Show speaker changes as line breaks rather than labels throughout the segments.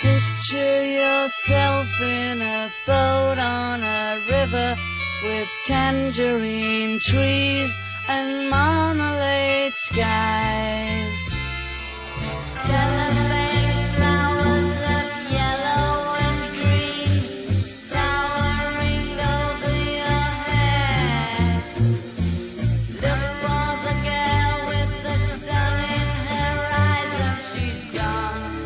Picture yourself in a boat on a river with tangerine trees and marmalade skies. Cellophane flowers of yellow and green towering over your head. Look for the girl with the sun in her eyes and she's gone.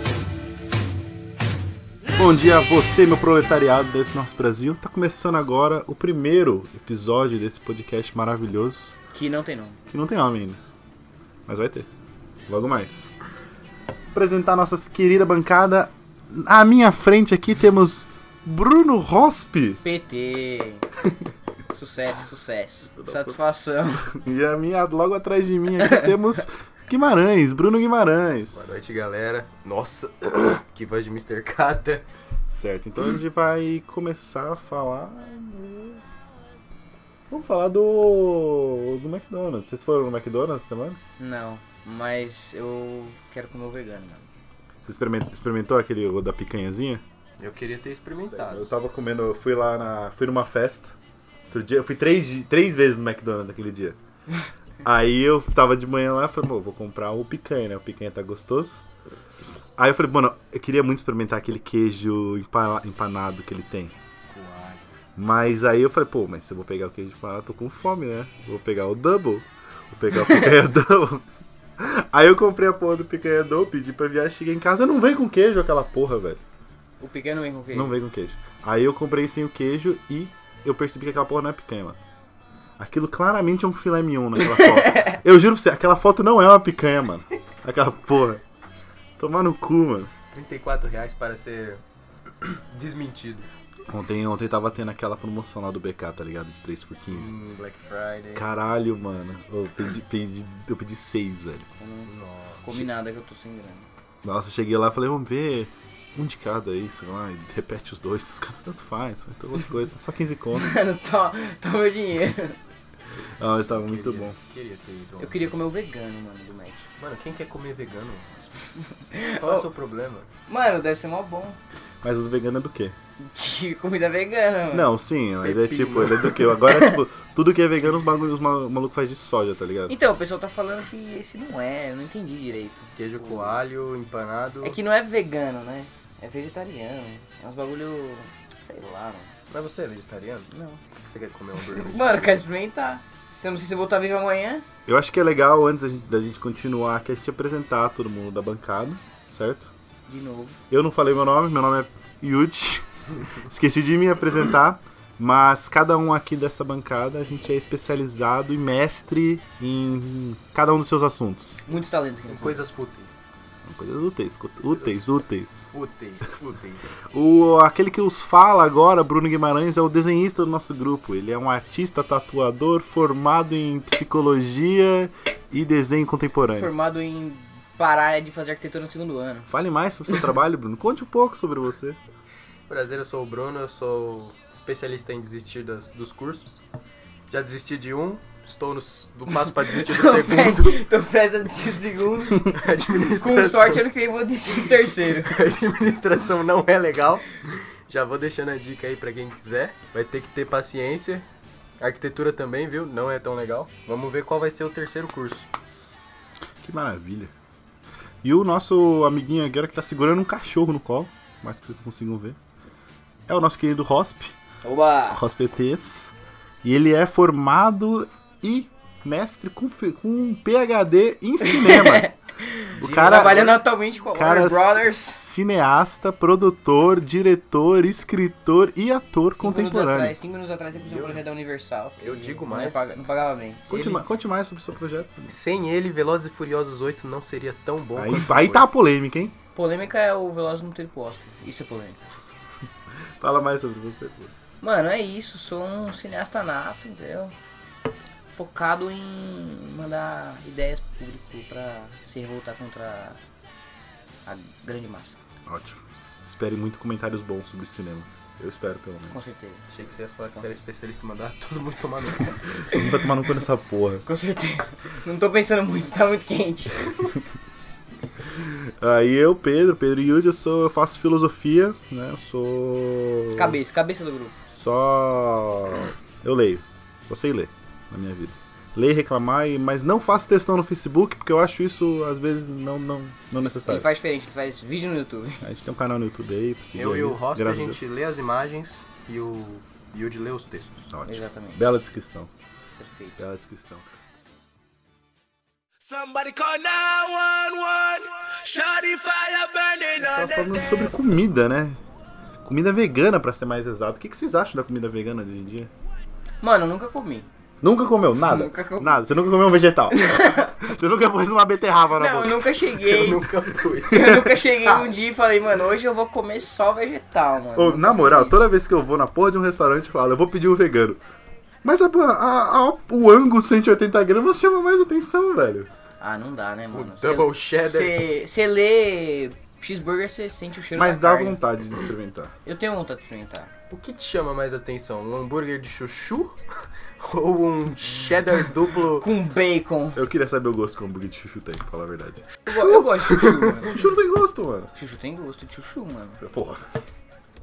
Bom dia a você, meu proletariado desse nosso Brasil. Tá começando agora o primeiro episódio desse podcast maravilhoso,
Que não tem nome.
que não tem nome ainda, mas vai ter. Logo mais. Apresentar nossa querida bancada. À minha frente aqui temos Bruno Rospe
PT. sucesso, sucesso. Satisfação.
e a minha logo atrás de mim aqui temos Guimarães, Bruno Guimarães.
Boa noite, galera. Nossa, que voz de Mr. Catra.
Certo, então a gente vai começar a falar. do- Vamos falar do. do McDonald's. Vocês foram no McDonald's essa semana?
Não, mas eu quero comer o vegano, mano.
Você experimentou, experimentou aquele o da picanhazinha?
Eu queria ter experimentado.
Eu tava comendo, eu fui lá na. fui numa festa. Outro dia, eu fui três, di- três vezes no McDonald's naquele dia. Aí eu tava de manhã lá e falei, pô, vou comprar o picanha, né? O picanha tá gostoso. Aí eu falei, mano, eu queria muito experimentar aquele queijo empala- empanado que ele tem. Mas aí eu falei, pô, mas se eu vou pegar o queijo empanado, eu tô com fome, né? Vou pegar o double. Vou pegar o picanha double. Aí eu comprei a porra do picanha double, pedi pra viagem, cheguei em casa, não vem com queijo aquela porra, velho.
O pequeno vem com queijo.
Não veio com queijo. Aí eu comprei sem o queijo e eu percebi que aquela porra não é picanha, mano. Aquilo claramente é um filé mignon naquela foto. eu juro pra você, aquela foto não é uma picanha, mano. Aquela porra. Tomar no cu, mano.
34 reais para ser desmentido.
Ontem, ontem tava tendo aquela promoção lá do BK, tá ligado? De 3 por 15.
Hum, Black Friday.
Caralho, mano. Eu pedi, pedi, eu pedi 6, velho.
Eu não
Nossa.
comi nada que eu tô sem grana.
Nossa, cheguei lá e falei, vamos ver um de cada aí, sei lá, e repete os dois. Os caras tanto faz, vai ter outra coisa, tá só 15 conto.
Mano, to- toma meu dinheiro.
Ah, mas tava muito
Queria-
bom.
Queria ter ido.
Eu queria comer o vegano, mano, do Mac.
Mano, quem quer comer vegano? Qual
Oh.
é o seu problema?
Mano, deve ser mó bom.
Mas o do vegano é do quê?
De comida vegana, mano.
Não, sim, mas é
Pepino.
tipo, ele é do que? Agora, é, tipo, tudo que é vegano, os bagulhos, os ma- maluco faz de soja, tá ligado?
Então, o pessoal tá falando que esse não é, eu não entendi direito.
Queijo coalho, empanado.
É que não é vegano, né? É vegetariano. É uns bagulho. sei lá, mano.
Mas você é vegetariano?
Não.
Por que você quer comer um hambúrguer?
Mano, eu quero experimentar. Se eu não sei se eu vou estar vivo amanhã.
Eu acho que é legal, antes da gente, da gente continuar, que a gente apresentar todo mundo da bancada, certo?
De novo.
Eu não falei meu nome, meu nome é Yuji. Esqueci de me apresentar, mas cada um aqui dessa bancada, a gente é especializado e mestre em cada um dos seus assuntos.
Muitos talentos que não são.
Coisas fúteis.
Coisas úteis, úteis, úteis.
Fúteis, fúteis.
O, aquele que os fala agora, Bruno Guimarães, é o desenhista do nosso grupo. Ele é um artista tatuador formado em psicologia e desenho contemporâneo.
Formado em parar de fazer arquitetura no segundo ano.
Fale mais sobre o seu trabalho, Bruno. Conte um pouco sobre você.
Prazer, eu sou o Bruno, eu sou especialista em desistir das- dos cursos. Já desisti de um, estou no, s- do passo para desistir do
Tô
segundo.
prestes- Tô presta no segundo.
Administração,
Com sorte, ano que vem eu vou desistir do terceiro.
administração não é legal. Já vou deixando a dica aí para quem quiser. Vai ter que ter paciência. Arquitetura também, viu? Não é tão legal. Vamos ver qual vai ser o terceiro curso.
Que maravilha. E o nosso amiguinho agora que tá segurando um cachorro no colo, mais que vocês não consigam ver, é o nosso querido Rosp,
Oba!
Rospetês. E ele é formado e mestre com, fi- com um PhD em cinema. o cara,
Trabalhando atualmente com a
cara
Warner Brothers.
cineasta, produtor, diretor, escritor e ator
Cinco minutos
contemporâneo.
atrás, cinco minutos atrás ele pediu um
Eu-
projeto da Universal.
eu
E
digo
não
mais.
paga- Não pagava bem.
Conte,
Ele-
ma- conte mais sobre o seu projeto.
Sem ele, Velozes e Furiosos 8 não seria tão bom
Aí,
quanto
aí
foi.
tá a polêmica, hein?
Polêmica é o Veloz no Tempo Oscar. Isso é polêmica.
Fala mais sobre você. pô.
Mano, é isso. Sou um cineasta nato, entendeu? Focado em mandar ideias pro público pra se revoltar contra a grande massa.
Ótimo. Espere muito comentários bons sobre cinema. Eu espero, pelo menos.
Com certeza.
Achei que você ia falar que você era especialista e mandar todo mundo tomar no cu.
Não vai tomar no cu nessa porra.
Com certeza. Não tô pensando muito, tá muito quente.
Aí eu, Pedro, Pedro Yudi, eu, sou, eu faço filosofia, né? Eu sou.
Cabeça, cabeça do grupo.
Só. Eu leio. Só sei ler na minha vida. Ler e reclamar, e- mas não faço textão no Facebook, porque eu acho isso, às vezes, não, não, não necessário.
Ele faz diferente, ele faz vídeo no YouTube.
A gente tem um canal no YouTube aí pra seguir.
Eu
aí,
e o Rosp, a
graças Deus.
gente lê as imagens e o Yudi lê os textos.
Ótimo.
Exatamente.
Bela descrição.
Perfeito.
Bela É descrição.
Somebody call 911. Shawty fire burning
Tava
on the
falando sobre comida, né? Comida vegana, pra ser mais exato. O que, que vocês acham da comida vegana hoje em dia?
Mano, eu nunca comi.
Nunca comeu nada?
Nunca comi.
Nada. Você nunca comeu um vegetal? Você nunca pôs uma beterraba na
Não,
boca?
eu nunca cheguei.
Nunca pus.
Eu nunca cheguei um dia e falei, mano, hoje eu vou comer só vegetal, mano.
Tá. Ô,
Nunca
na moral,
fiz.
toda vez que eu vou na porra de um restaurante, eu falo, eu vou pedir um vegano. Mas a, a- a- o Angus 180 gramas chama mais atenção, velho.
Ah, não dá, né, mano?
Double cheddar.
Você lê cheeseburger, você sente o cheiro
Mas
da
dá
carne.
vontade de experimentar.
Eu tenho vontade de experimentar.
O que te chama mais atenção? Um hambúrguer de chuchu? Ou um cheddar duplo?
Com bacon.
Eu queria saber o gosto que o hambúrguer de chuchu tem, pra falar a verdade.
Eu, go- eu gosto de chuchu, mano.
Chuchu não tem gosto, mano.
Chuchu tem gosto de chuchu, mano.
Porra,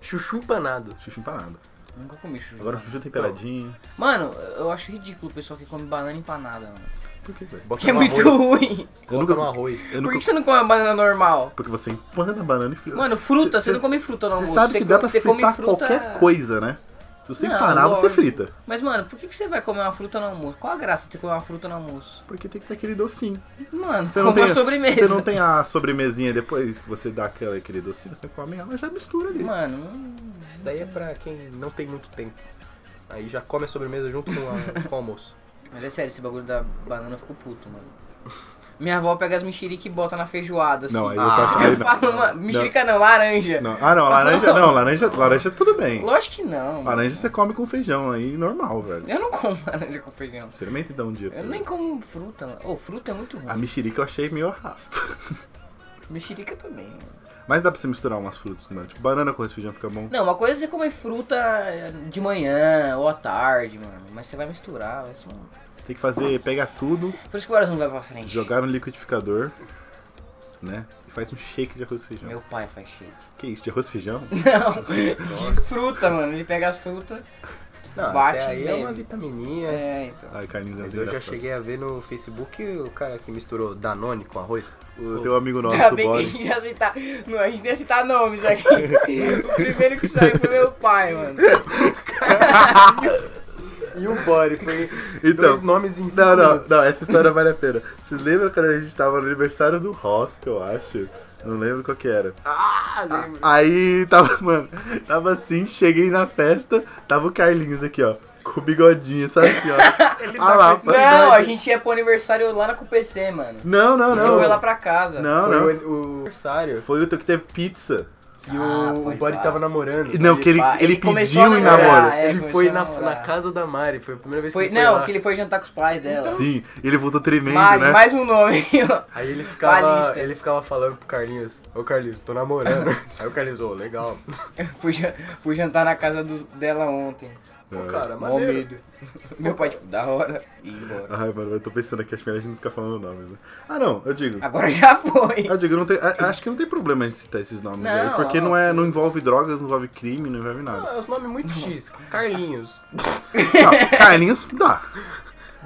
Chuchu empanado.
chuchu empanado.
Nunca comi chuchu.
Agora
mano.
chuchu temperadinho.
Mano, eu acho ridículo o pessoal que come banana empanada, mano.
Por que, velho?
Bota
Que é
no
muito
arroz.
ruim.
Coloca no arroz.
Eu
Por
nunca-
que você não come uma banana normal?
Porque você empana a banana e frita.
Mano, fruta,
Cê-
você
cê-
não come fruta no
Você
almoço.
sabe que dá pra
você come
fritar
fruta...
qualquer coisa, né? Se você
Não,
empanar, você
lógico.
frita.
Mas, mano, por que que você vai comer uma fruta no almoço? Qual a graça de você comer uma fruta no almoço?
Porque tem que ter aquele docinho.
Mano,
Você
como
não, tem,
uma
você
sobremesa.
não tem a sobremesinha depois que você dá aquela, aquele docinho, você come ela, já mistura ali.
Mano, não-
Isso daí é pra quem não tem muito tempo. Aí já come a sobremesa junto com, a- com o almoço.
mas é sério, esse bagulho da banana eu fico puto, mano. Minha avó pega as mexerica e bota na feijoada, assim.
Não, aí eu
Ah,
tô achando aí
eu
não.
falo, mano, mexerica não, laranja.
Não. Ah, não, laranja, não, laranja, laranja tudo bem.
Lógico que não.
Laranja você come com feijão aí, normal, velho.
Eu não como laranja com feijão.
Experimenta então um dia. pra
Eu
você
nem
ver.
como fruta, mano. Ô, fruta é muito
A
ruim.
mexerica eu achei meio arrasto.
Mexerica também, mano.
Mas dá pra você misturar umas frutas, mano. Tipo, banana com esse feijão fica bom.
Não, uma coisa é você comer fruta eh, de manhã ou à tarde, mano. Mas você vai misturar, vai ser um...
Tem que fazer, pegar tudo,
Por isso que o Brasil não vai pra frente.
jogar no liquidificador, né? E faz um shake de arroz e feijão.
Meu pai faz shake.
Que isso, de arroz e feijão?
Não, de fruta, mano. Ele pega as frutas.
Não,
Bate
até aí é
mesmo.
uma vitamininha.
É, então.
Ai, Carlinhos, é
Mas
muito
eu já
engraçado.
cheguei a ver no Facebook o cara que misturou Danone com arroz.
O teu amigo nosso,
Ainda
o
bem que a
Boris.
gente ia citar. Não, a gente nem ia citar nomes aqui. o primeiro que saiu foi meu pai, mano.
E o Body foi
Então,
dois nomes em
Não,
cinco
não,
minutos.
não, essa história vale a pena. Vocês lembram quando a gente tava no aniversário do Ross, que eu acho? Não lembro qual que era.
Ah, lembro.
Aí tava, mano, tava assim, cheguei na festa, tava o Carlinhos aqui, ó, com o bigodinho, sabe assim, ó.
Ele
Ah lá,
pensando-
Não, a gente ia pro aniversário lá na CUPC, mano.
Não, não,
Você foi lá
não.
pra casa.
Não,
Foi
não.
o, o aniversário
Foi o teu que teve pizza.
que
Ah,
o, o
pode
Body
pá.
tava namorando.
Não, que ele,
pá,
ele
ele começou a
pediu em
namorar,
namoro.
é,
ele
começou
foi
a
na,
namorar.
na casa da Mari, foi a primeira vez
Foi,
que ele foi
não,
lá.
que ele foi jantar com os pais dela.
Sim, ele voltou tremendo,
mais,
Então, né?
mais um nome.
Aí ele ficava,
Balista.
ele ficava falando pro Carlinhos, ô Carlinhos, tô namorando. Aí o Carlinhos, ô, legal.
fui, jan- fui jantar na casa do- dela ontem.
Ô, cara,
Mó
maneiro.
medo. Meu pai, tipo, da hora. E embora.
Ai, mano, eu tô pensando aqui, acho melhor a gente não ficar falando nomes, né? Ah, não, eu digo.
Agora já foi.
Ah, Eu digo, não tem- a- acho que não tem problema de citar esses nomes
Não,
aí, porque não, é, não envolve drogas, não envolve crime, não envolve nada.
Ah, é um nome muito X, Carlinhos.
Não, Carlinhos dá.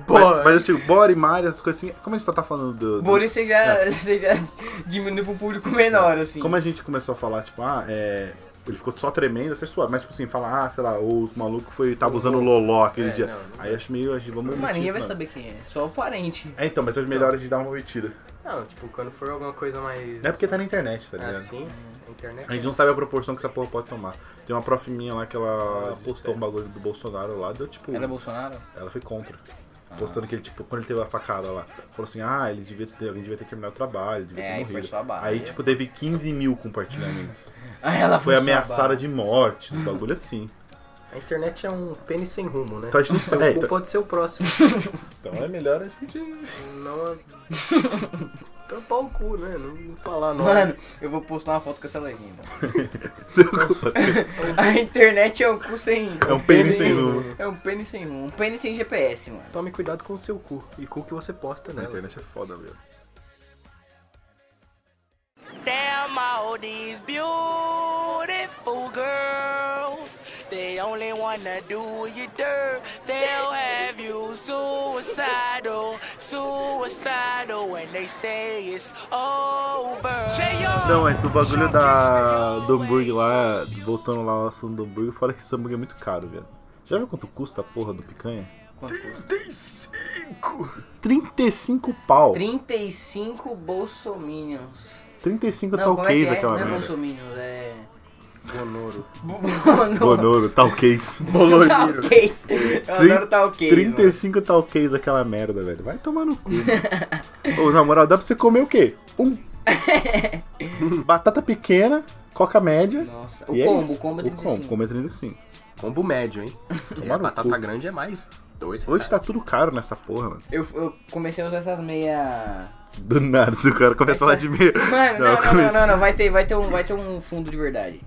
Bora.
Mas, mas eu digo, Bora e Mari, essas coisas assim. Como a gente tá falando do. do-
Boris você já, você já diminui pro público menor, assim.
É. Como é a gente começou a falar, tipo, ah, é. Ele ficou só tremendo, você suave. Mas, tipo assim, falar, ah, sei lá, ou os malucos foi, tava usando loló aquele
É,
dia.
não, não
aí acho meio. acho- Vamos
Mano,
omitir
ninguém
isso,
vai
não.
saber quem é. Só o parente.
É, então, mas é os melhores de dar uma omitida.
Não, tipo, quando for alguma coisa mais...
É porque tá na internet,
Ah,
tá ligado?
Assim, na internet...
A gente não sabe a proporção que essa porra pode tomar. Tem uma prof minha lá que ela postou um bagulho do Bolsonaro lá, deu tipo.
Ela é Bolsonaro?
Ela foi contra. Postando que ele, tipo, quando ele teve a facada lá, falou assim, ah, ele devia ter, alguém devia ter terminado o trabalho, devia
É,
ter
aí
morrido.
foi só a barra.
Aí, tipo, teve 15 mil compartilhamentos.
Ah, ela
foi
só barra.
ameaçada de morte, um bagulho assim.
A internet é um pênis sem rumo, né?
Então a gente não
Seu
sabe. É,
cu
então,
pode ser o próximo.
então é melhor a gente.
não... é- Tampar o cu, né? Não, não falar nome.
Mano, eu vou postar uma foto com essa legenda. A internet é um cu sem.
É um pênis sem rumo.
É um pênis sem rumo. Um pênis sem GPS, mano.
Tome cuidado com o seu cu e com o que você posta
A
nela.
internet é foda, velho.
damn all these beautiful girls. They only wanna do you dirt. They'll have you suicidal, suicidal when they say it's over.
Não, mas o bagulho da, do hambúrguer lá, voltando lá ao assunto do hambúrguer, fala que esse hambúrguer é muito caro, velho. Já viu quanto custa a porra do picanha?
Quanto custa?
35!
35 pau.
35 bolsominions.
35
Não, como é que
talquês
é?
aquela
Não é
tá merda.
bolsominions, é...
Bonoro.
Bonoro.
Bonoro, talquês.
Talquês. tá Eu adoro tá talquês, mano.
35 talquês aquela merda, velho. Vai tomar no cu. mano. Ô, na moral, dá pra você comer o quê? Um. Batata pequena, coca média.
Nossa, o
e é
combo,
isso.
o combo é
O combo,
35.
combo é 35.
Combo médio, hein? É,
Tomar no
batata
cu.
grande é mais dois.
Hoje tá tudo caro nessa porra, mano.
Eu, eu comecei a usar essas meia...
Do nada, se o cara começa a falar de meia.
Mano,
eu
não, não, não,
comecei-
não, não, vai ter, vai ter um, vai ter um fundo de verdade.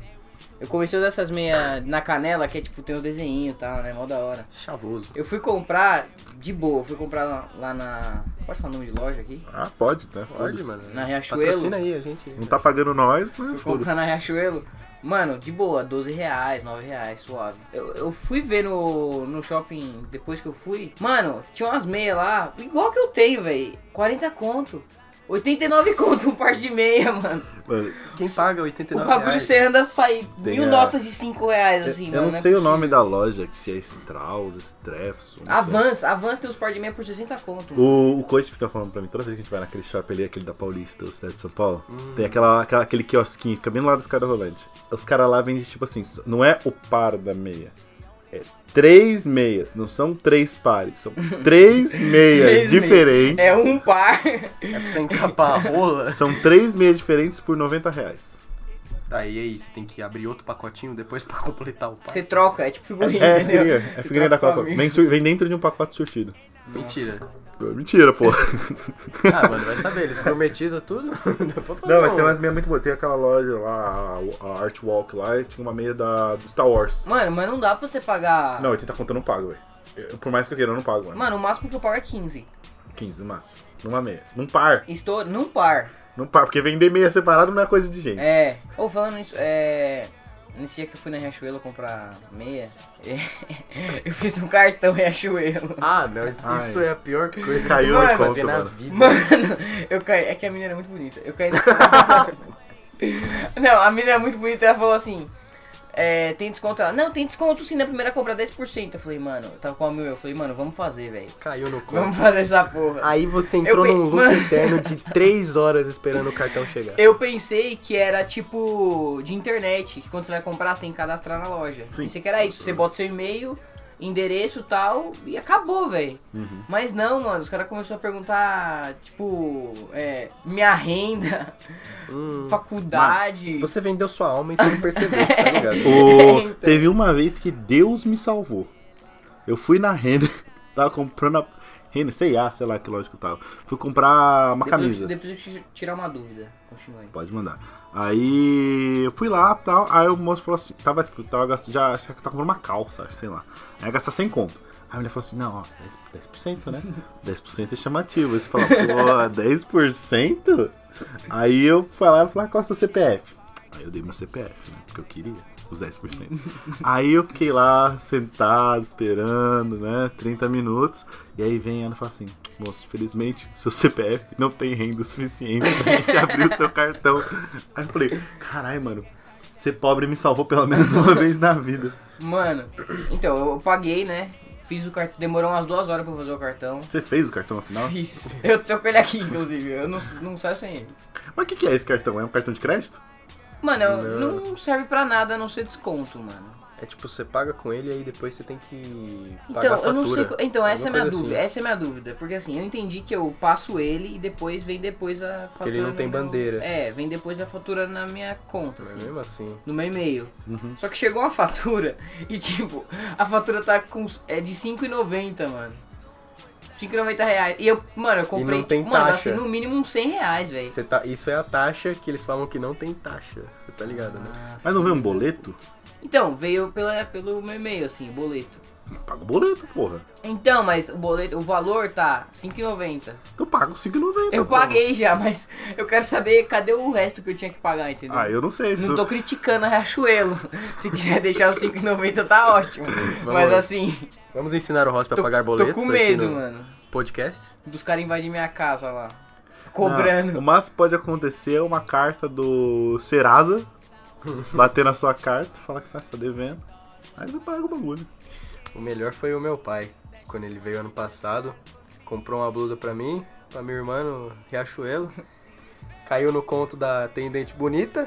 Eu comecei a usar essas meias na canela, que é tipo, tem uns desenhinhos e tal, né? Mó da hora.
tá
Chavoso.
Eu fui comprar de boa, fui comprar lá, lá na. Pode falar o nome de loja aqui?
Ah, pode, tá?
Pode,
Foda-se.
mano.
Na Riachuelo.
Patrocina aí, a gente.
Não tá pagando nós, mas
Fui
foda-se.
comprar na Riachuelo. Mano, de boa, 12 reais, 9 reais, suave. Eu, eu fui ver no, no shopping depois que eu fui. Mano, tinha umas meias lá, igual que eu tenho, velho. 40 conto. 89 conto um par de meia, mano.
Mano,
Quem paga 89
O bagulho é
reais?
você anda, sai
Tem
mil
a-
notas de 5 reais, assim,
eu
mano.
não
é
sei o
possível.
nome da loja, que se é Strauss, Strefson. não sei.
Avance, avance tem os par de meia por 60 conto. mano.
O, o Coach fica falando pra mim, toda vez que a gente vai naquele shopping ali, aquele da Paulista, o cidade de São Paulo, tem aquela, aquela- aquele quiosquinho, que fica bem do lado dos caras rolante. Os caras lá vendem tipo assim, não é o par da meia. É três meias, não são três pares, são três meias
Três meias.
diferentes.
É um par.
É pra você encapar a rola.
São três meias diferentes por 90 reais.
Tá, e aí? Você tem que abrir outro pacotinho depois pra completar o par.
Você troca, é tipo figurinha,
É, é
entendeu?
figurinha, é
Você
figurinha da
troca com
Copa.
amigo.
Vem, sur- vem dentro de um pacote surtido. é
Mentira.
Mentira, pô.
Ah, mano, vai saber. Eles gourmetizam tudo. Depois
Não, mas
fala,
tem umas meias muito boas. Tem aquela loja lá, a- a Art Walk lá, e tinha uma meia da, do Star Wars.
Mano, mas não dá pra você pagar...
Não, 80 conto eu não pago, velho. Eu- Por mais que eu queira, eu não pago, mano.
Mano, o máximo que eu pago é 15.
15 no máximo. Numa meia. Num par.
Estou num par.
Num par. Porque vender meia separado não é coisa de gente.
É. Ou falando nisso, é. Nesse dia que eu fui na Riachuelo comprar meia, eu fiz um cartão Riachuelo.
Ah, não. Isso,
Ai.
isso é a pior coisa
Caiu
que você
na
pode fazer
conta,
na
mano.
vida.
Mano, eu caí. É que a menina era muito bonita. Eu caí na. não, a menina era muito bonita ela falou assim. É, tem desconto? Ela, não, tem desconto sim na primeira compra 10%. Eu falei, mano, eu tava com a mil. Eu falei, mano, vamos fazer, velho.
Caiu no cu.
Vamos fazer essa porra.
Aí você entrou
pe-
num loop
Mano.
interno de 3 horas esperando o cartão chegar.
Eu pensei que era tipo de internet, que quando você vai comprar, você tem que cadastrar na loja.
Sim.
Pensei que era isso, você bota seu e-mail, endereço e tal, e acabou, velho.
Uhum.
Mas não, mano, os caras começaram a perguntar, tipo, é, minha renda,
Hum.
faculdade.
Você vendeu sua alma e você não percebeu, tá ligado?
O-
Então.
Teve uma vez que Deus me salvou. Eu fui na Renner, tava comprando a. Renner, sei lá, sei lá que lógico tava. Fui comprar uma
Depois,
camisa.
eu- depois eu te tirar uma dúvida. Continua aí.
Pode mandar. Aí eu fui lá tal. Aí o moço falou assim: tava tipo, tava gastando, já acho que tava comprando uma calça, sei lá. Aí gastar 100 conto. Aí a mulher falou assim: não, ó, 10%, 10% né? 10% é chamativo. Aí você fala: pô, 10%? Aí eu fui lá e falei: qual é o seu CPF? Aí eu dei meu CPF, né? Porque eu queria. Os 10%. aí eu fiquei lá sentado, esperando, né? 30 minutos. E aí vem ela e fala assim: Moço, felizmente seu CPF não tem renda o suficiente pra gente abrir o seu cartão. Aí eu falei: Caralho, mano, ser pobre me salvou pelo menos uma vez na vida.
Mano, então, eu paguei, né? Fiz o cartão. Demorou umas duas horas pra eu fazer o cartão.
Você fez o cartão afinal?
Fiz. Eu tô com ele aqui, inclusive. Eu não, não saio sem ele.
Mas o que, que é esse cartão? É um cartão de crédito?
Mano, eu- não. serve pra nada a não ser desconto, mano.
É tipo, você paga com ele e aí depois você tem que pagar a
Então, eu
fatura.
não sei. co- Então, essa é
Alguma
minha
coisa
dúvida.
assim.
Essa é minha dúvida. Porque assim, eu entendi que eu passo ele e depois vem depois a fatura.
ele não tem
no meu-
bandeira.
É, vem depois a fatura na minha conta,
Mas
assim.
mesmo Uhum. assim.
No meu e-mail. Só que chegou uma fatura e, tipo, a fatura tá com. É de 5,90, mano. 5,90 reais. E eu, mano, eu comprei.
não tem
tipo, mano, eu gastei
taxa.
no mínimo uns 100 reais, velho.
Você tá, isso é a taxa que eles falam que não tem taxa. Você tá ligado, né?
Mas não veio um boleto?
Então, veio pela, pelo meu e-mail, assim, o boleto.
Paga o boleto, porra.
Então, mas o boleto, o valor tá 5,90.
Eu pago 5,90.
Eu
porra.
paguei já, mas eu quero saber cadê o resto que eu tinha que pagar, entendeu?
Ah, eu não sei. se-
Não tô criticando a Riachuelo. Se quiser deixar os 5,90 tá ótimo. mas
lá.
assim,
Vamos ensinar o Rossi a
tô,
pagar boletos
tô com
aqui
medo,
no
mano.
podcast?
Dos caras invadirem minha casa lá.
Não,
Cobrando.
o máximo que pode acontecer é uma carta do Serasa bater na sua carta, falar que você está devendo. Mas eu pago o bagulho.
O melhor foi o meu pai, quando ele veio ano passado, comprou uma blusa pra mim, pra minha irmã no Riachuelo. Caiu no conto da Tendente Bonita.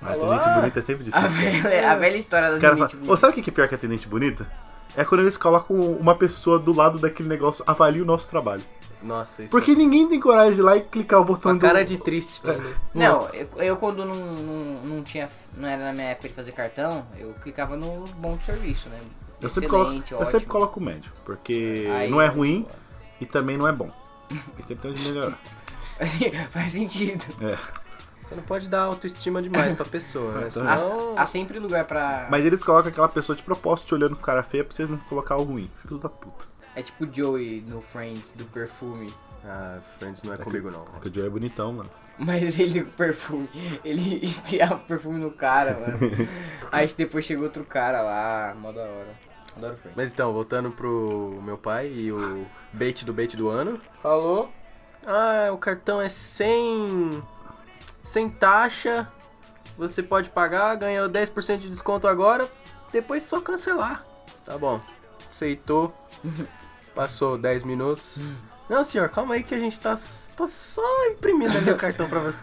Atendente bonita é sempre
A
difícil.
velha, a velha história da
Os caras
Zenith
falam,
Blue.
"Ô, sabe o que é pior que atendente bonita? É quando eles colocam uma pessoa do lado daquele negócio, avalia o nosso trabalho.
Nossa, isso
Porque ninguém tem coragem de ir lá e clicar o botão
uma cara
é
do...
de triste.
Não, eu, eu quando não, não, não tinha. Não era na minha época de fazer cartão, eu clicava no bom serviço, né?
Eu sempre, coloco,
Excelente,
eu
ótimo.
sempre coloco o médio, porque
Aí
não é
eu-
ruim e também não é bom. E sempre tem onde melhorar.
Assim, Faz sentido.
Você não pode dar autoestima demais pra pessoa, né?
Então,
Senão...
Há sempre lugar pra.
Mas eles colocam aquela pessoa de propósito te olhando com cara feia pra vocês não colocar o ruim. Filho da puta.
É tipo o Joey no Friends do perfume.
Ah, Friends não é comigo não.
Porque o Joe é bonitão, mano.
Mas ele do perfume. Ele espiava o perfume no cara, mano. Aí depois chegou outro cara lá, mó da hora. Adoro Friends.
Mas então, voltando pro meu pai e o bait do bait do ano. Falou. Ah, o cartão é sem. sem taxa. Você pode pagar, ganhou 10% de desconto agora. Depois só cancelar. Tá bom. Aceitou. Passou 10 minutos. Não, senhor, calma aí que a gente tá, tá só imprimindo ali o cartão pra você.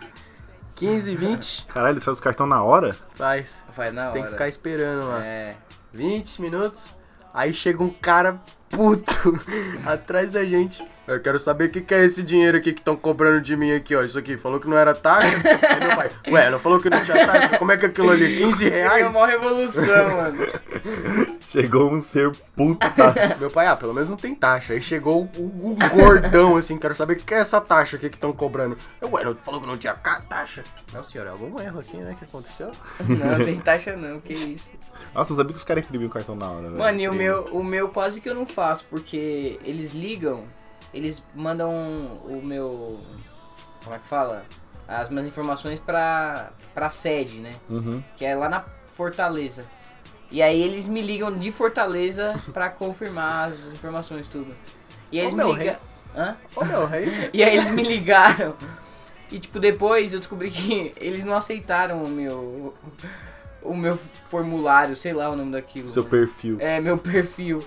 15, 20,
Caralho, eles fazem os cartão na hora?
faz.
Faz na
Você
hora.
tem que ficar esperando lá.
É.
20 minutos, aí chega um cara puto atrás da gente. Eu quero saber o que, que é esse dinheiro aqui que estão cobrando de mim aqui, ó. Isso aqui, falou que não era taxa? Aí meu pai, ué, não falou que não tinha taxa? Como é que aquilo ali, 15
Foi
reais?
uma revolução, mano.
Chegou um ser puta. tá?
Meu pai, ah, pelo menos não tem taxa. Aí chegou o, o gordão, assim, quero saber o que que é essa taxa aqui que estão cobrando. Eu, ué, não falou que não tinha ca- taxa? Não, senhor, é algum erro aqui, né, que aconteceu?
Não, tem taxa não, que isso.
Nossa, não sabia que os caras imprimiam o cartão na hora, velho.
Mano, e o meu, o meu quase que eu não faço, porque eles ligam, eles mandam o meu. Como é que fala? As minhas informações pra, pra sede, né?
Uhum.
Que é lá na Fortaleza. E aí eles me ligam de Fortaleza pra confirmar as informações tudo. E aí
Ô,
eles
meu
me ligam. Hã?
Ô, meu, é isso?
E aí eles me ligaram. E tipo, depois eu descobri que eles não aceitaram o meu. O meu formulário, sei lá o nome daquilo.
Seu perfil.
É, meu perfil.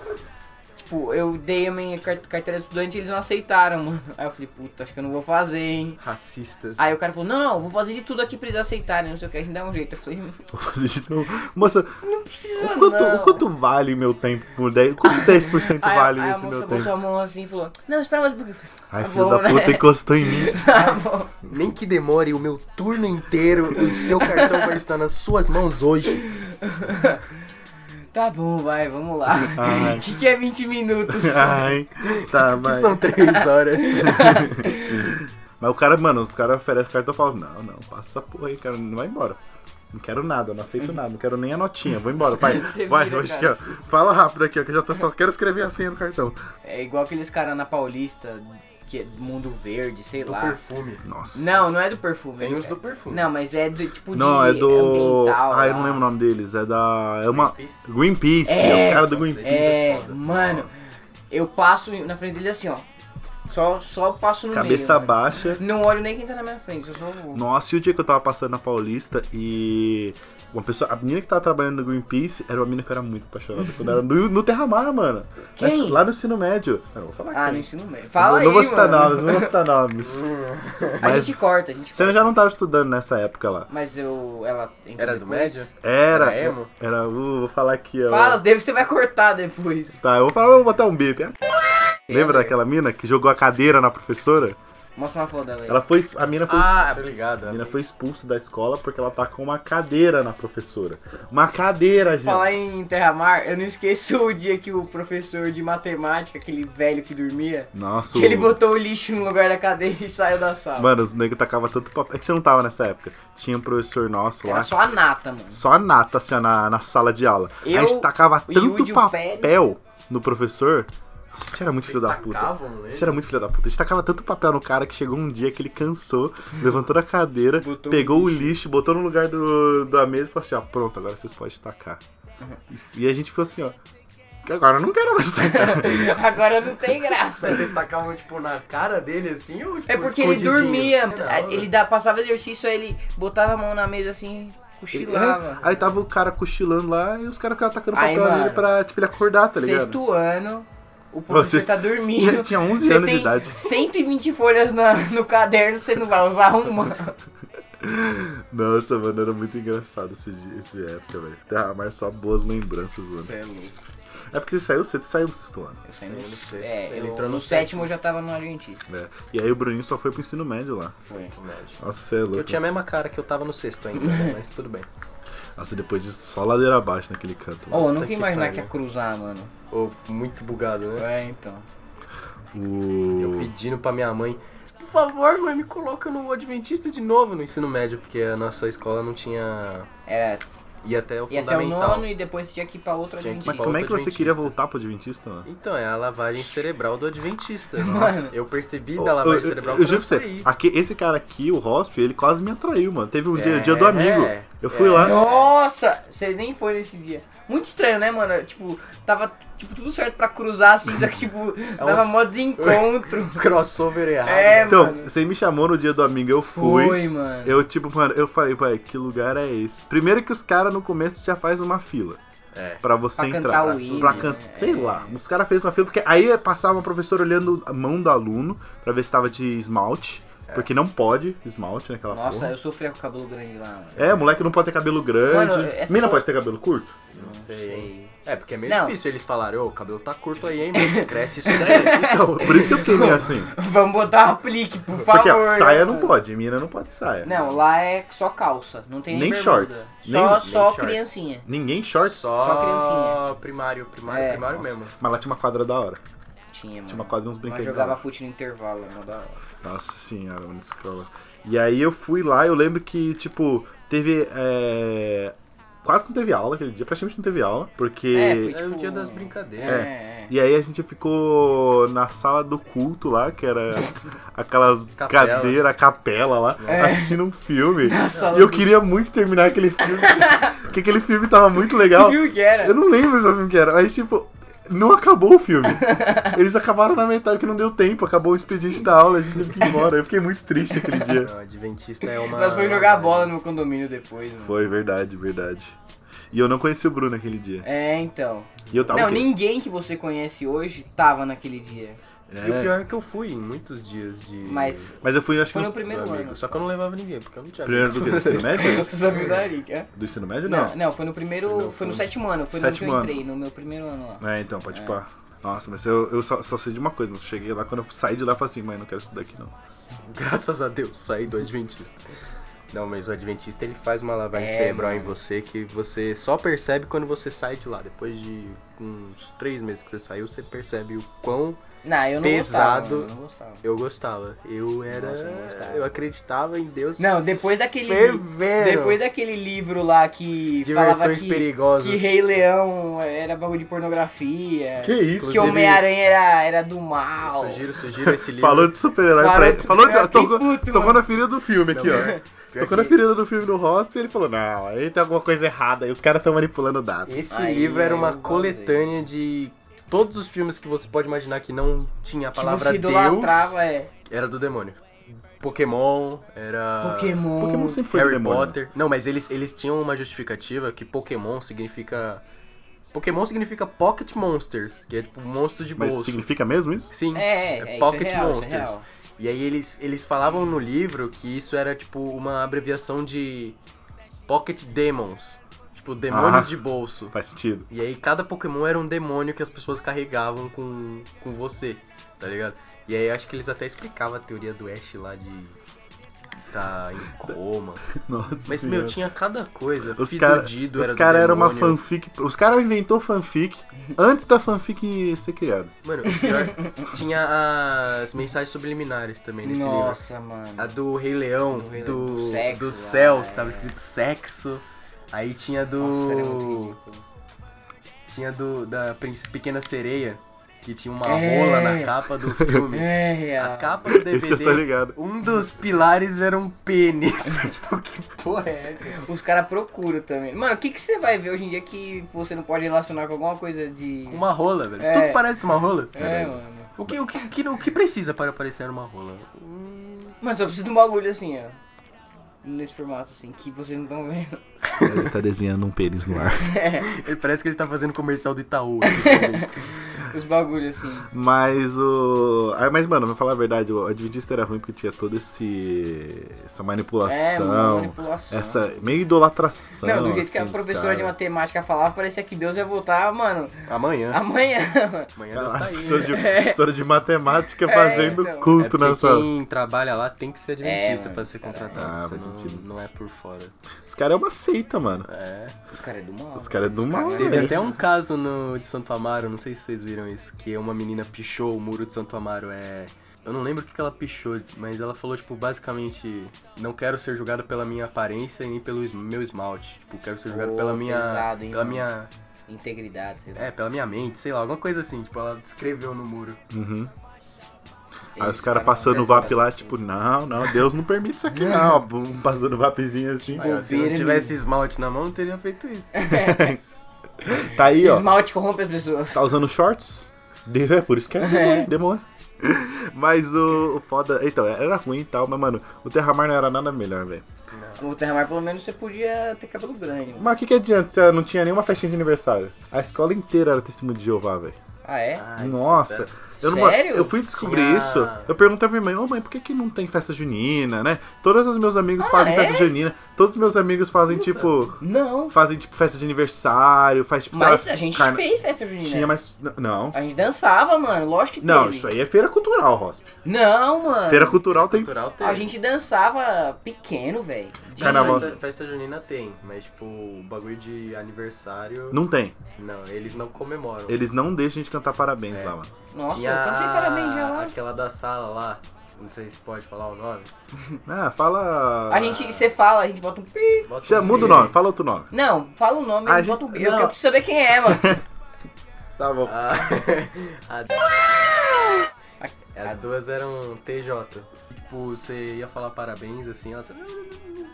Tipo, eu dei a minha car- carteira de estudante e eles não aceitaram, mano. Aí eu falei, puta, acho que eu não vou fazer, hein.
Racistas.
Aí o cara falou, não, não, vou fazer de tudo aqui pra eles aceitarem, não sei o que, a gente dá um jeito. Eu falei,
Vou fazer de novo. Moça,
não precisa
o quanto,
não.
o quanto vale meu tempo? por 10? Quanto 10%
Aí, a-
vale
aí a
nesse
moça
meu
botou
tempo?
a mão assim e falou, não, espera mais um pouquinho. Eu falei,
Ai,
tá
filho
bom,
da
né?
puta, encostou em mim.
Tá bom.
Nem que demore o meu turno inteiro, o seu cartão vai estar nas suas mãos hoje.
Tá bom, vai, vamos lá.
Ai.
O que, que é 20 minutos?
Ai, tá,
Que
mas...
são três horas.
Mas o cara, mano, os caras oferecem cartão e falam, não, não, passa essa porra aí, cara, não vai embora. Não quero nada, não aceito nada, não quero nem a notinha, vou embora, pai.
Você
Vai,
vira,
hoje aqui,
cara.
ó. Fala rápido aqui, ó, que eu já tô, só quero escrever a senha no cartão.
É igual aqueles caras na Paulista, que é do mundo verde, sei lá.
perfume.
Nossa.
Não, não é do perfume.
Ah, Tem
é
os do perfume.
Não, mas é do tipo
Não,
de
é do.
ambiental.
Ah, eu
lá.
não lembro o nome deles. É da. É uma.
Greenpeace.
Greenpeace. É,
É,
os caras do Greenpeace.
É, mano, eu passo na frente dele assim, ó. Só, só passo no
Cabeça
É um meio. né? mano.
baixa.
Não olho nem quem tá na minha frente, eu só vou.
Nossa, e o dia que eu tava passando na Paulista e. Uma pessoa. A menina que tava trabalhando no Greenpeace era uma menina que eu era muito apaixonada. quando era no, no Terramar, mano.
Quem?
Lá no ensino médio. Eu não vou falar
Ah,
quem.
no ensino médio. Fala
não, não
aí,
vou citar
mano.
nomes, não vou citar nomes.
A
Mas-
gente corta, a gente corta.
Você já não tava estudando nessa época lá.
Mas eu. Ela entrou
Era do
depois.
médio?
Era.
Era emo?
Era. Uh, vou falar aqui, ó.
Fala, deve você vai cortar depois.
Tá, eu vou falar, eu vou botar um bip.
É,
Lembra
né?
daquela mina que jogou a cadeira na professora?
Mostra uma foto dela aí.
Ela foi. A mina foi.
Ah, tô ligado.
A menina foi expulsa da escola porque ela tá com uma cadeira na professora. Uma cadeira, gente.
Falar em Terramar, eu não esqueço o dia que o professor de matemática, aquele velho que dormia,
Nossa,
que ele
o-
botou o lixo no lugar da cadeira e saiu da sala.
Mano, os negros tacavam tanto papel. É que você não tava nessa época. Tinha um professor nosso lá.
Era só a nata, mano.
só a nata, assim, ó, na, na sala de aula.
Eu,
a gente tacava
o
tanto
Yudi, o
papel no professor. Nossa, a gente era muito filho da puta. A
tacavam ele?
gente era muito filho da puta. A gente tacava tanto papel no cara que chegou um dia que ele cansou, levantou da cadeira,
Botou um
pegou o lixo, botou no lugar do, da mesa e falou assim: ó, pronto, agora vocês podem tacar. E a gente ficou assim, ó. Agora eu não quero mais tacar.
Agora não tem
Mas
graça.
vocês tacavam, tipo, na cara dele, assim, ou, tipo,
É porque ele
escondidinho?
dormia. É,
Era da hora.
Ele dá, passava exercício, aí ele botava a mão na mesa assim,
É,
cochilava.
aí tava o cara cochilando lá e os caras ficavam tacando
Aí,
papel nele
mano,
pra tipo, ele acordar, tá ligado?
Sexto ano, o professor
Vocês-
tá
Ele
dormindo.
tinha 11
Você
anos
tem
de idade.
120 folhas na- no caderno, você não vai usar uma.
Nossa, mano, era muito engraçado esse, dia- esse época, velho. Ah, mas só boas lembranças, mano.
Você é louco.
É porque você saiu cedo, você saiu no sexto ano.
Eu saí no,
Saiu no sexto,
é,
ele
eu-
entrou no
no sétimo eu já tava no Adventista.
né? E aí o Bruninho só foi pro ensino médio lá.
Foi.
Nossa, você é louco.
Eu tinha a mesma cara que eu tava no sexto ainda, né? mas tudo bem.
Nossa, depois disso, só ladeira abaixo naquele canto.
Oh, eu nunca
que
ia imaginar que
pariu.
ia cruzar, mano.
Ô, muito bugado,
É,
né?
então.
O...
Eu pedindo pra minha mãe, por favor, mãe, me coloca no Adventista de novo no ensino médio, porque a nossa escola não tinha.
Era,
ia até o
É, ia até o
fundamental.
nono e depois tinha que ir pra outra
Tinha que ir
Adventista.
Mas como é que você
Adventista.
queria voltar pro Adventista, mano?
Então, é a lavagem cerebral do Adventista. Nossa, eu percebi da
Eu,
lavagem
eu,
cerebral
eu
quando
juro pra
saí.
você, aqui, esse cara aqui, o Rosp, ele quase me atraiu, mano. Teve um dia,
É,
dia do amigo. Eu fui
é.
lá.
Nossa, você nem foi nesse dia. Muito estranho, né, mano? Tipo, tava tipo, tudo certo pra cruzar, assim, só que, tipo,
É um
dava
uns-
mó desencontro.
Crossover errado.
É,
Então,
mano.
você me chamou no dia do amigo, eu fui.
Foi, mano.
Eu, tipo, mano, eu falei, pai, que lugar é esse? Primeiro que os caras no começo já faz uma fila.
É.
Pra você
Pra
entrar.
cantar
Pra,
o hino,
cantar.
né?
Sei
É.
lá. Os caras fez uma fila, porque aí passava uma professora olhando a mão do aluno pra ver se tava de esmalte.
É.
Porque não pode esmalte naquela
Nossa,
porra.
eu sofria com o cabelo grande lá, mano.
É, moleque não pode ter cabelo grande.
Mano, essa
Mina
coisa-
pode ter cabelo curto?
Não sei. hein?
Sei.
É, porque é meio
Não.
difícil eles falarem, ô, o cabelo tá curto aí, hein, mano? Cresce isso daí.
É,
Então, por isso que eu fiquei meio assim.
Vamos botar um aplique, por favor.
Porque ó, saia
né,
não
mano?
pode, mina não pode saia.
Não, lá é só calça, não tem nem,
Nem
bermuda.
shorts,
Só,
nem-
só
nem shorts.
criancinha.
Ninguém short.
Só,
Só criancinha.
primário, primário,
É.
primário
Nossa,
mesmo.
Mas lá tinha uma quadra da hora.
Tinha, mano.
Tinha uma quadra e uns
Nós
brinquedos. da
jogava
hora.
fute no intervalo, mano. Da... hora.
Nossa senhora, mano, escola. E aí eu fui lá, eu lembro que, tipo, teve. é, Quase não teve aula aquele dia, praticamente não teve aula, porque.
É, foi
É o
tipo,
dia das
É,
brincadeiras.
é.
E aí a gente ficou na sala do culto lá, que era aquelas
Capela.
cadeiras, a capela lá, assistindo um filme.
É. Na sala
E eu
do-
queria muito terminar aquele filme, porque aquele filme tava muito legal.
Viu que era?
Eu não lembro qual filme que era, mas tipo, não acabou o filme. Eles acabaram na metade que não deu tempo, acabou o expediente da aula, a gente teve que ir embora. Eu fiquei muito triste aquele dia.
Não, Adventista é uma.
Nós foi jogar bola no condomínio depois, mano.
Foi verdade, verdade. E eu não conheci o Bruno naquele dia.
É, então.
E
Tá
eu tava.
não,
o quê?
ninguém que você conhece hoje tava naquele dia.
É.
E o pior é que eu fui em muitos dias de.
Mas
Mas eu fui, acho que.
foi no
uns-
primeiro
amigo,
ano.
Tipo, Só que eu não levava ninguém, porque eu não tinha
Primeiro
amigo.
do quê? Do ensino médio?
Os amigos da gente, é?
Do ensino médio, não.
Não, não, foi no primeiro. foi no sétimo ano, foi no que
Sétimo
eu
ano.
entrei, no meu primeiro ano lá.
É, então, pode pá. Nossa, mas eu, eu só, só sei de uma coisa, mas eu cheguei lá, quando eu saí de lá, eu falei assim, mãe, não quero estudar aqui não.
Graças a Deus, saí do Adventista. Não, mas o Adventista ele faz uma lavagem
É,
cerebral em
mano.
você que você só percebe quando você sai de lá. Depois de uns três meses que você saiu, você percebe o quão
Não, eu não gostava.
Pesado.
mano, Eu não gostava.
eu gostava. Eu era.
Nossa, eu não gostava.
eu acreditava em Deus.
Não, depois daquele.
Severo.
Depois daquele livro lá que falava
Diversões
que,
perigosas.
que Rei Leão era bagulho de pornografia.
Que isso?
Que
Inclusive-
Homem-Aranha era, era do mal.
Sugiro, sugiro esse livro.
Falou de super-herói pra
Falou
ele.
de
Falou de,
super-herói,
tocou,
fiquei puto,
tocou
mano.
na ferida do filme aqui, ó.
Pior
Tocou na
que
ferida do filme do Rosp e ele falou, não, aí tem alguma coisa errada, aí os caras estão manipulando dados.
Esse
Aí
livro era uma
eu
coletânea de todos os filmes que você pode imaginar que não tinha a
Que
palavra
você
Deus.
idolatrava, é.
Era do demônio. Pokémon, era.
Pokémon.
Pokémon sempre foi do
Harry
demônio. né?
Potter. Não, mas eles, eles tinham uma justificativa que Pokémon significa. Pokémon significa Pocket Monsters, que é tipo monstro de
Mas
bolso.
significa mesmo isso?
Sim,
É, é, é, isso é
Pocket
real, isso é
Monsters.
real.
E aí eles, eles falavam no livro que isso era tipo uma abreviação de Pocket Demons. Tipo, demônios
Ah.
de bolso.
Faz sentido.
E aí cada Pokémon era um demônio que as pessoas carregavam com, com você, tá ligado? E aí acho que eles até explicavam a teoria do Ash lá de. tá em coma.
Nossa
Mas,
senhora.
meu, tinha cada coisa.
é. Os
cara,
caras
era
os
do
cara era uma
demônio.
fanfic. Os caras inventou fanfic antes da fanfic ser criada.
Mano, o pior, tinha as mensagens subliminares também nesse livro.
Nossa, mano.
A do Rei
Do
Leão, do,
Rei Leão,
do,
do sexo lá,
céu, que tava
é.
escrito sexo. Aí tinha do.
Nossa, era muito ridículo.
Tinha do, da Prince- Pequena Sereia, que tinha uma
É.
rola na capa do filme.
É, real.
A capa do DVD,
Esse Ah. eu tô ligado.
um dos pilares era um pênis. tipo, que porra é essa?
Os caras procuram também. Mano, o que, que você vai ver hoje em dia que você não pode relacionar com alguma coisa de.
Uma rola, velho.
É.
Tudo parece uma rola.
É, mano.
O que, o, que, o que, o que precisa para parecer uma rola?
Mano, só precisa de um bagulho assim, ó. Nesse formato, assim, que vocês não estão vendo.
Ele tá desenhando um pênis no ar.
Ele parece que ele tá fazendo comercial do Itaú. assim,
Os bagulhos assim.
Mas o. Ah, mas, mano, pra falar a verdade, o Adventista era ruim porque tinha todo esse. Essa manipulação.
É, mano, manipulação.
Essa meio idolatração.
Não, do jeito que a
assim, dos
professora
caras.
de matemática falava, parecia que Deus ia voltar, mano,
É.
Amanhã.
amanhã. mano.
Amanhã Deus tá
Caralho,
aí.
professora Ah. é de,
É.
professora de matemática fazendo
então.
É
culto
porque
na sala.
quem trabalha lá tem que ser adventista
É, mano,
pra ser
caralho.
contratado.
Ah, faz
senão
sentido.
Não é por fora.
Os caras é uma seita, mano.
É.
Os caras é do mal.
Os caras é do mal,
Teve
É.
até um caso no, de Santo Amaro, não sei se vocês viram isso, que uma menina pichou o muro de Santo Amaro. É. Eu não lembro o que que ela pichou, mas ela falou, tipo, basicamente, não quero ser julgada pela minha aparência e nem pelo es- meu esmalte. Tipo, quero ser julgado
Pô,
pela minha.
pesado, hein,
pela
mano?
minha.
Integridade, sei lá.
É, pela minha mente, sei lá, alguma coisa assim. Tipo, ela descreveu no muro.
Uhum. Aí os
Esses
caras
são
passando o
pesados.
VAP lá, tipo, não, não, Deus não permite isso aqui, não. Bum, Passando o VAPzinho assim.
Aí, ó, se não
Bobeira
tivesse esmalte na mão, não teria feito isso.
Tá aí, ó.
Esmalte corrompe as pessoas.
Tá usando shorts? De- É por isso que é demônio, demônio. Mas o, o foda. Então, era ruim e tal, mas, mano, o Terramar não era nada melhor, velho.
No Terramar, pelo menos, você podia ter cabelo grande, mano.
Mas o que, que adianta se ela não tinha nenhuma festinha de aniversário? A escola inteira era testemunho de Jeová, velho.
Ah, é?
Ai,
Nossa.
sincero.
Eu não-
Sério?
Eu fui descobrir
Tinha-
isso. Eu perguntei pra minha mãe, ô mãe, por que, que não tem festa junina, né? Todos os meus amigos fazem
é?
festa junina. Todos os meus amigos fazem, tipo.
Não.
Fazem, tipo, festa de aniversário, faz, tipo, sei
Mas
lá,
a gente é né?
carna-
fez festa junina.
Tinha, mas. n- Não.
A gente dançava, mano. Lógico que
Não,
teve.
isso aí é feira cultural, Rosp.
Não, mano.
Feira cultural tem
Cultural tem.
A gente dançava pequeno, velho. De-
Carnaval.
Festa, festa junina tem, mas tipo, o bagulho de aniversário.
Não tem.
Não, eles não comemoram.
Eles não deixam a gente cantar parabéns
É.
lá, mano.
Nossa,
Tinha
eu cantei parabéns já lá.
Aquela da sala lá. Não sei se pode falar o nome.
Ah, fala.
A gente, você fala, a gente bota um pi.
Bota
Chama- Muda o nome, fala outro nome.
Não, fala o nome,
A
a
gente-
bota um pi. Eu
não.
quero saber quem é, mano.
Tá bom.
Ah, a- As duas eram TJ. Tipo, você ia falar parabéns assim, ela. Não, não,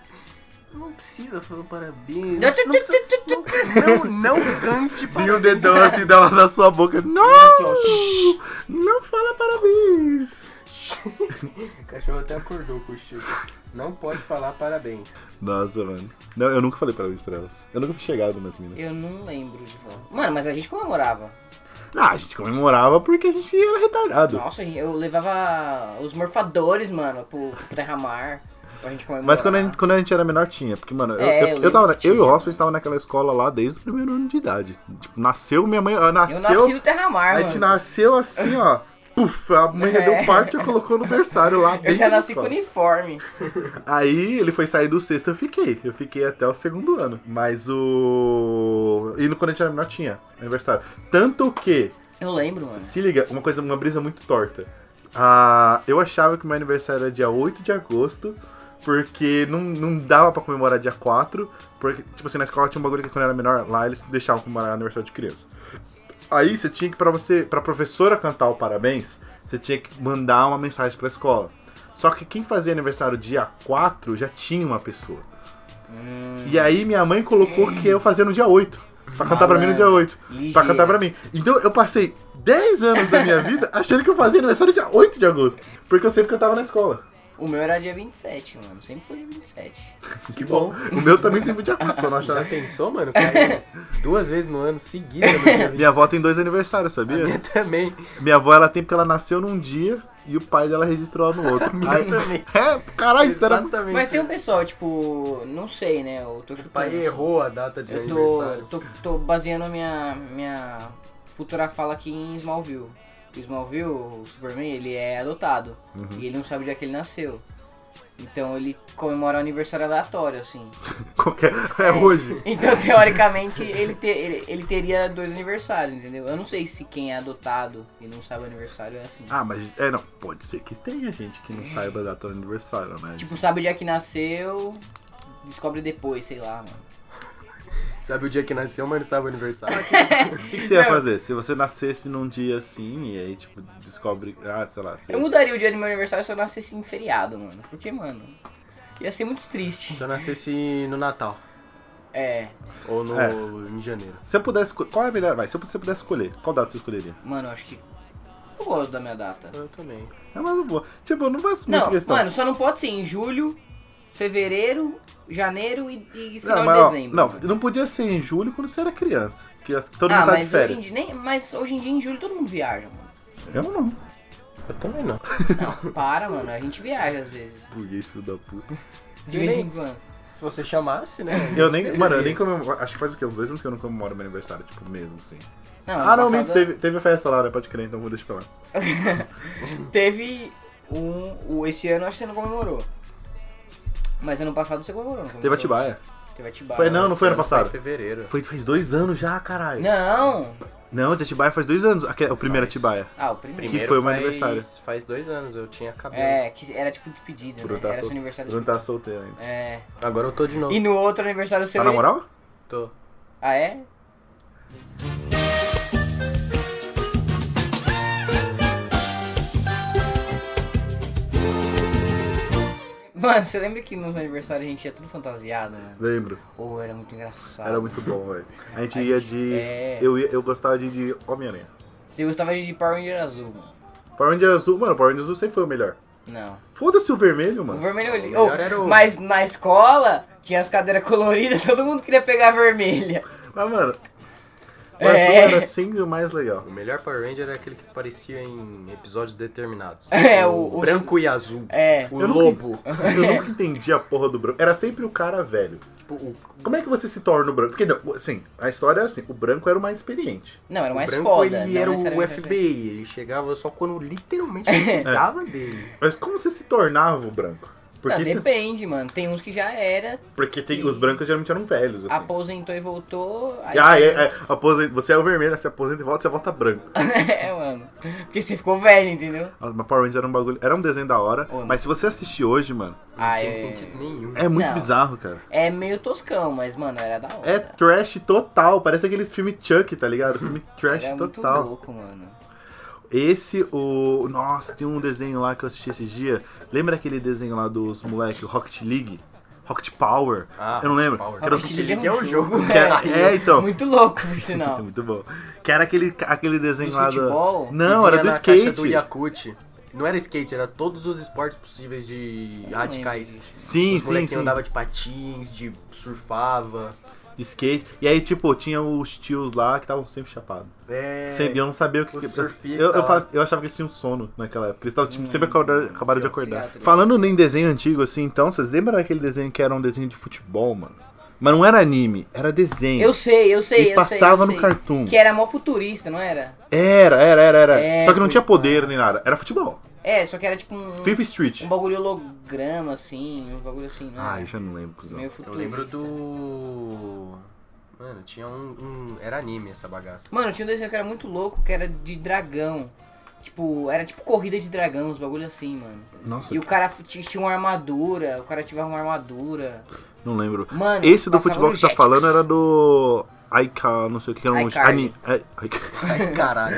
não, não precisa falar parabéns. Não, precisa- não, não cante
E
parabéns.
o dedão assim dela na sua boca.
Assim,
Não!
ó, shhh.
Não fala parabéns!
O cachorro até acordou com o Chico. Não pode falar parabéns.
Nossa, mano. Não, eu nunca falei parabéns pra elas. Eu nunca fui chegado nas minas.
Eu não lembro de falar. Mano, mas a gente comemorava.
Ah, a gente comemorava porque a gente era retardado.
Nossa, a gente- eu levava os morfadores, mano, pro Terramar. Pra gente comemorar.
Mas quando a, gente, quando a gente era menor tinha, porque, mano, eu,
É,
eu-
eu
eu,
lembro
tava na-
que
eu e o
tinha.
Hospital estavam naquela escola lá desde o primeiro ano de idade. Tipo, nasceu minha mãe. ah,
Eu
Nasceu,
nasci no Terramar,
a
mano.
gente nasceu assim, ó. Puf, a mãe já deu parte e colocou no berçário lá.
É. Eu
desde
já
a
nasci com
escola.
uniforme.
Aí ele foi sair do sexto, eu fiquei. Eu fiquei até o segundo ano. Mas o. E no, quando a gente era menor tinha aniversário. Tanto que,
Eu lembro, mano.
se liga, uma coisa, uma brisa muito torta. Ah, eu achava que meu aniversário era dia 8 de agosto, porque não, não dava pra comemorar dia 4. Porque, tipo assim, na escola tinha um bagulho que quando eu era menor, lá eles deixavam comemorar aniversário de criança. Aí você tinha que, pra você, pra professora cantar o parabéns, você tinha que mandar uma mensagem pra escola. Só que quem fazia aniversário dia 4 já tinha uma pessoa.
Hum.
E aí minha mãe colocou que eu fazia no dia 8. Pra cantar pra mim no dia 8.
Malandro.
Pra cantar pra mim. Então eu passei 10 anos da minha vida achando que eu fazia aniversário dia 8 de agosto. Porque eu sempre cantava na escola.
O meu era dia 27, mano. Sempre foi dia 27.
Que bom. O meu também sempre dia 4, só não
Já
achava.
pensou, mano? Caiu duas vezes no ano seguida. no dia
Minha avó tem dois aniversários, sabia?
20. também.
Minha avó, ela tem porque ela nasceu num dia e o pai dela registrou ela no outro. Aí-
também.
É, caralho, isso era...
Exatamente.
Mas tem um pessoal, tipo, não sei, né? Eu tô chutando.
O pai errou a data de
Eu tô,
aniversário.
tô, tô baseando a minha, minha futura fala aqui em Smallville. O Smallville, o Superman, ele é adotado.
Uhum.
E ele não sabe onde é que ele nasceu. Então ele comemora o aniversário aleatório, assim.
Qualquer... É hoje.
Então, teoricamente, ele, te- ele, ele teria dois aniversários, entendeu? Eu não sei se quem é adotado e não sabe o aniversário é assim.
Ah, mas... É, não. Pode ser que tenha gente que não saiba a data do aniversário, né?
Tipo, sabe onde é que nasceu, descobre depois, sei lá, mano.
Sabe o dia que nasceu, mas não sabe o aniversário.
O que, que você ia fazer? Se você nascesse num dia assim, e aí, tipo, descobre. Ah, sei lá. Você...
Eu mudaria o dia do meu aniversário se eu nascesse em feriado, mano. Porque, mano, ia ser muito triste.
Se eu nascesse no Natal.
É,
Ou no,
É.
em janeiro.
Se eu pudesse. escol- Qual é a melhor. Vai, se você pudesse escolher, qual data você escolheria?
mano, eu acho que. Eu gosto da minha data.
Eu também.
É uma boa. Tipo, não faz muita
Não,
questão.
mano, só não pode ser em julho, fevereiro, janeiro e, e final
não, mas,
de
ó,
dezembro.
não,
mano.
não podia ser em julho quando você era criança. Que as- todo mundo
Ah,
tá de
mas hoje,
férias.
em dia, nem, mas hoje em dia em julho todo mundo viaja, mano.
Eu não.
Eu também não.
Não, para, mano, a gente viaja às vezes.
Burguês, filho da puta.
De vez
nem-
em quando.
Se você chamasse, né?
Eu nem. Mano, eu nem comemoro. Acho que faz o quê? Uns dois anos que eu não comemoro meu aniversário, tipo, mesmo assim.
Não,
Ah, não,
ano
minto.
passado
Teve, teve festa lá, né? Pode crer, então vou deixar pra lá.
teve um. O, esse ano acho que você não comemorou. Mas ano passado você comemorou, não
Teve
comemorou?
Atibaia.
Teve Atibaia.
Foi, não, não foi ano
Em
passado.
fevereiro.
Foi faz dois anos já, caralho.
Não!
Não, de Atibaia faz dois anos. Aquele, o primeiro
Faz.
Atibaia.
Ah, o primeiro.
Que foi o meu
faz-
aniversário.
Faz dois anos, eu tinha cabelo.
É, que era tipo despedida,
Bruno
né?
tá,
Era seu
sol...
aniversário
Bruno tá solteiro ainda.
É.
Agora eu tô de novo.
E no outro aniversário seu.
Tá na
ele-
moral?
Tô.
Ah, é? Mano, você lembra que nos aniversários a gente ia tudo fantasiado, mano?
Lembro.
Pô, era muito engraçado.
Era muito bom, velho. A gente
Tá. A
ia
gente-
de.
é.
Eu, ia- eu gostava de, ir de Homem-Aranha.
Você gostava de Power Ranger azul, mano?
Power Ranger azul, mano, Power Ranger azul sempre foi o melhor.
Não.
Foda-se o vermelho, mano.
O vermelho ali. Oh,
melhor era o-
Mas na escola tinha as cadeiras coloridas, todo mundo queria pegar a vermelha.
Mas, mano. O
É.
azul era sempre o mais legal.
O melhor Power Ranger era aquele que aparecia em episódios determinados.
É, o- o-
branco e azul.
É.
O
Eu nunca-
lobo.
Eu nunca entendi a porra do branco. Era sempre o cara velho.
Tipo, o
Como é que você se torna o branco? Porque, não, assim, a história é assim: o branco era o mais experiente.
Não, era
o
mais
branco
foda.
ele
não
era o
necessariamente-
FBI, ele chegava só quando literalmente precisava dele.
Mas como você se tornava o branco?
Não,
Porque, se-
Ah, depende, mano. Tem uns que já era,
porque tem- os brancos geralmente eram velhos. Assim.
aposentou e voltou. Aí
Ah, é, é, aposenta- você é o vermelho, você aposenta e volta, você volta branco.
é, mano. Porque você ficou velho, entendeu?
Ah, Mas Power Rangers era um bagulho. Era um desenho da hora,
Ô,
mas se você assistir hoje, mano,
Ah,
Não
é,
tem sentido nenhum.
é muito
Não.
bizarro, cara.
é meio toscão, mas, mano, era da hora.
É trash total, parece aqueles filmes Chuck, tá ligado? Filme trash
era é muito
total.
louco, mano.
Esse, o. Nossa, tem um desenho lá que eu assisti esse dia. Lembra aquele desenho lá dos moleques, Rocket League? Rocket Power?
Ah,
eu não lembro.
Power.
Que era os-
Rocket
League é um jogo.
que era- é, então.
Muito louco, por
É
sinal.
muito bom. Que era aquele, aquele desenho
Do
lá
futebol?
do. Não,
Que
era
vinha
do
na caixa
skate.
do Yakut. Não era skate, era todos os esportes possíveis de
Eu não
radicais.
lembro disso.
Sim,
os
sim,
molequinhos
sim.
andavam de patins, de surfava.
De skate. E aí, tipo, tinha os tios lá que estavam sempre chapados.
É...
Sempre, eu não sabia o que.
os
que-
surfistas
eu, eu,
lá.
falava- eu achava que eles tinham sono naquela época. Eles tavam, tipo, sempre acordaram- acabaram de acordar.
Hum, Obrigado, Luiz.
Falando em desenho antigo, assim, então, vocês lembram daquele desenho que era um desenho de futebol, mano? Mas não era anime, era desenho.
Eu sei, eu sei,
E
eu
passava
sei, eu
no
sei.
Cartoon.
Que era mó futurista, não era?
Era, era, era, era.
É,
Só que não tinha
foi-
poder nem nada. Era futebol.
É, só que era tipo um,
Fifth Street.
um bagulho holograma, assim, um bagulho assim, não
Ah,
era?
eu já não lembro, cuzão.
Meio
Eu
futurista.
lembro do... Mano, tinha um... um- Era anime essa bagaça.
Mano, tinha um desenho que era muito louco, que era de dragão. Tipo, era tipo corrida de dragão, uns bagulho assim, mano.
Nossa,
E o cara t- tinha uma armadura, o cara ativava uma armadura.
não lembro.
Mano,
Esse do
passava
futebol
no
que você tá
Jetix.
falando era do. Aika, não sei o que, que era um.
iCarly.
ani- é, Ica-
Ai, caralho.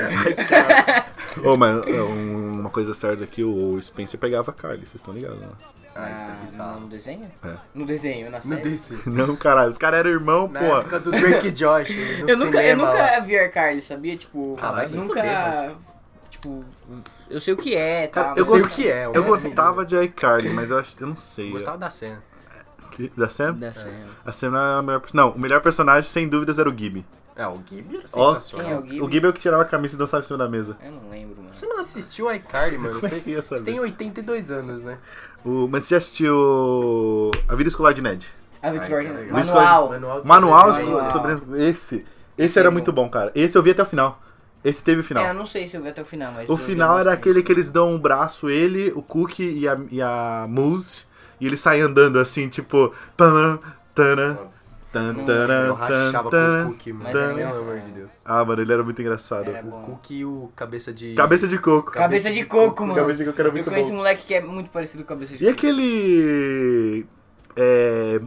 Ô, mas é, um- uma coisa certa aqui, o Spencer pegava a Carly, vocês estão ligados, né?
Ah, isso é
Ah,
bizarro.
No desenho?
É.
No desenho, na
No
série.
DC.
Não, caralho, os caras eram irmão,
Na
pô.
época do Drake e Josh. no
Eu nunca, eu
cinema lá.
nunca vi iCarly, sabia? Tipo,
Ah, vai se
nunca.
fuder,
Tipo, eu sei o que é, tá?
Cara, eu
sei
mas-
o que é.
Eu
né?
gostava de iCarly, mas eu acho que eu não sei.
Gostava da cena.
Que- Da Sam?
Da cena.
A Sam era a melhor pers- Não, o melhor personagem, sem dúvidas, era o Gibby.
É, o Gibi era
Ó,
sensacional.
Quem é o Gibby?
O Gibby é o que tirava a camisa e dançava em cima da mesa.
Eu não lembro, mano.
Você não assistiu iCarly, mano?
Como é que você ia
você
saber?
tem 82 anos, né?
O, mas você assistiu A Vida Escolar de Ned?
A
Ah,
Victoria.
isso é legal.
manual.
Manual de
Manual.
sobrevivência. Esse. Esse era
Sim,
muito bom, cara. Esse eu vi até o final. Esse teve o final.
É, eu não sei se eu vi até o final, mas.
O
eu vi
final era
bastante.
aquele que eles dão um braço, ele, o Cook e a, e a Moose, e ele sai andando assim, tipo. Tanã, tanã, tan,
Não,
tanã,
Eu
tan,
rachava
tanã.
com o Cookie, mano.
Mas era
Pelo amor
engraçado.
de Deus.
Ah, mano, ele era muito engraçado.
Era
O
bom.
Cookie e o cabeça de.
Cabeça de coco.
Cabeça de coco, mano.
Cabeça de coco era muito
Eu conheço
bom.
um moleque que é muito parecido com cabeça de
E
coco.
aquele. É.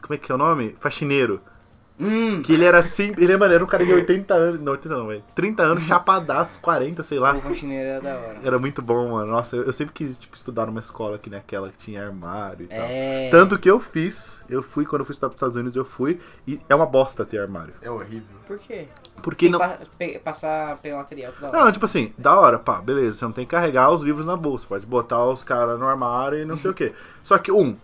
Como é que é o nome? Faxineiro.
Hum,
Que ele era sempre. Ele, mano, era um cara de 80 anos. Não, 80 não, velho. 30 anos, chapadaço, 40, sei lá.
o faxineiro era da hora.
Era muito bom, mano. Nossa, eu, eu sempre quis, tipo, estudar numa escola que naquela que tinha armário e tal.
É.
Tanto que eu fiz, eu fui, quando eu fui estudar pros Estados Unidos, eu fui, e é uma bosta ter armário.
É horrível.
Por quê?
Porque não.
Pa- pe- passar pelo material toda hora.
Não, tipo assim, da hora, pá, beleza, você não tem que carregar os livros na bolsa, pode botar os caras no armário e não sei o quê. Só que, um,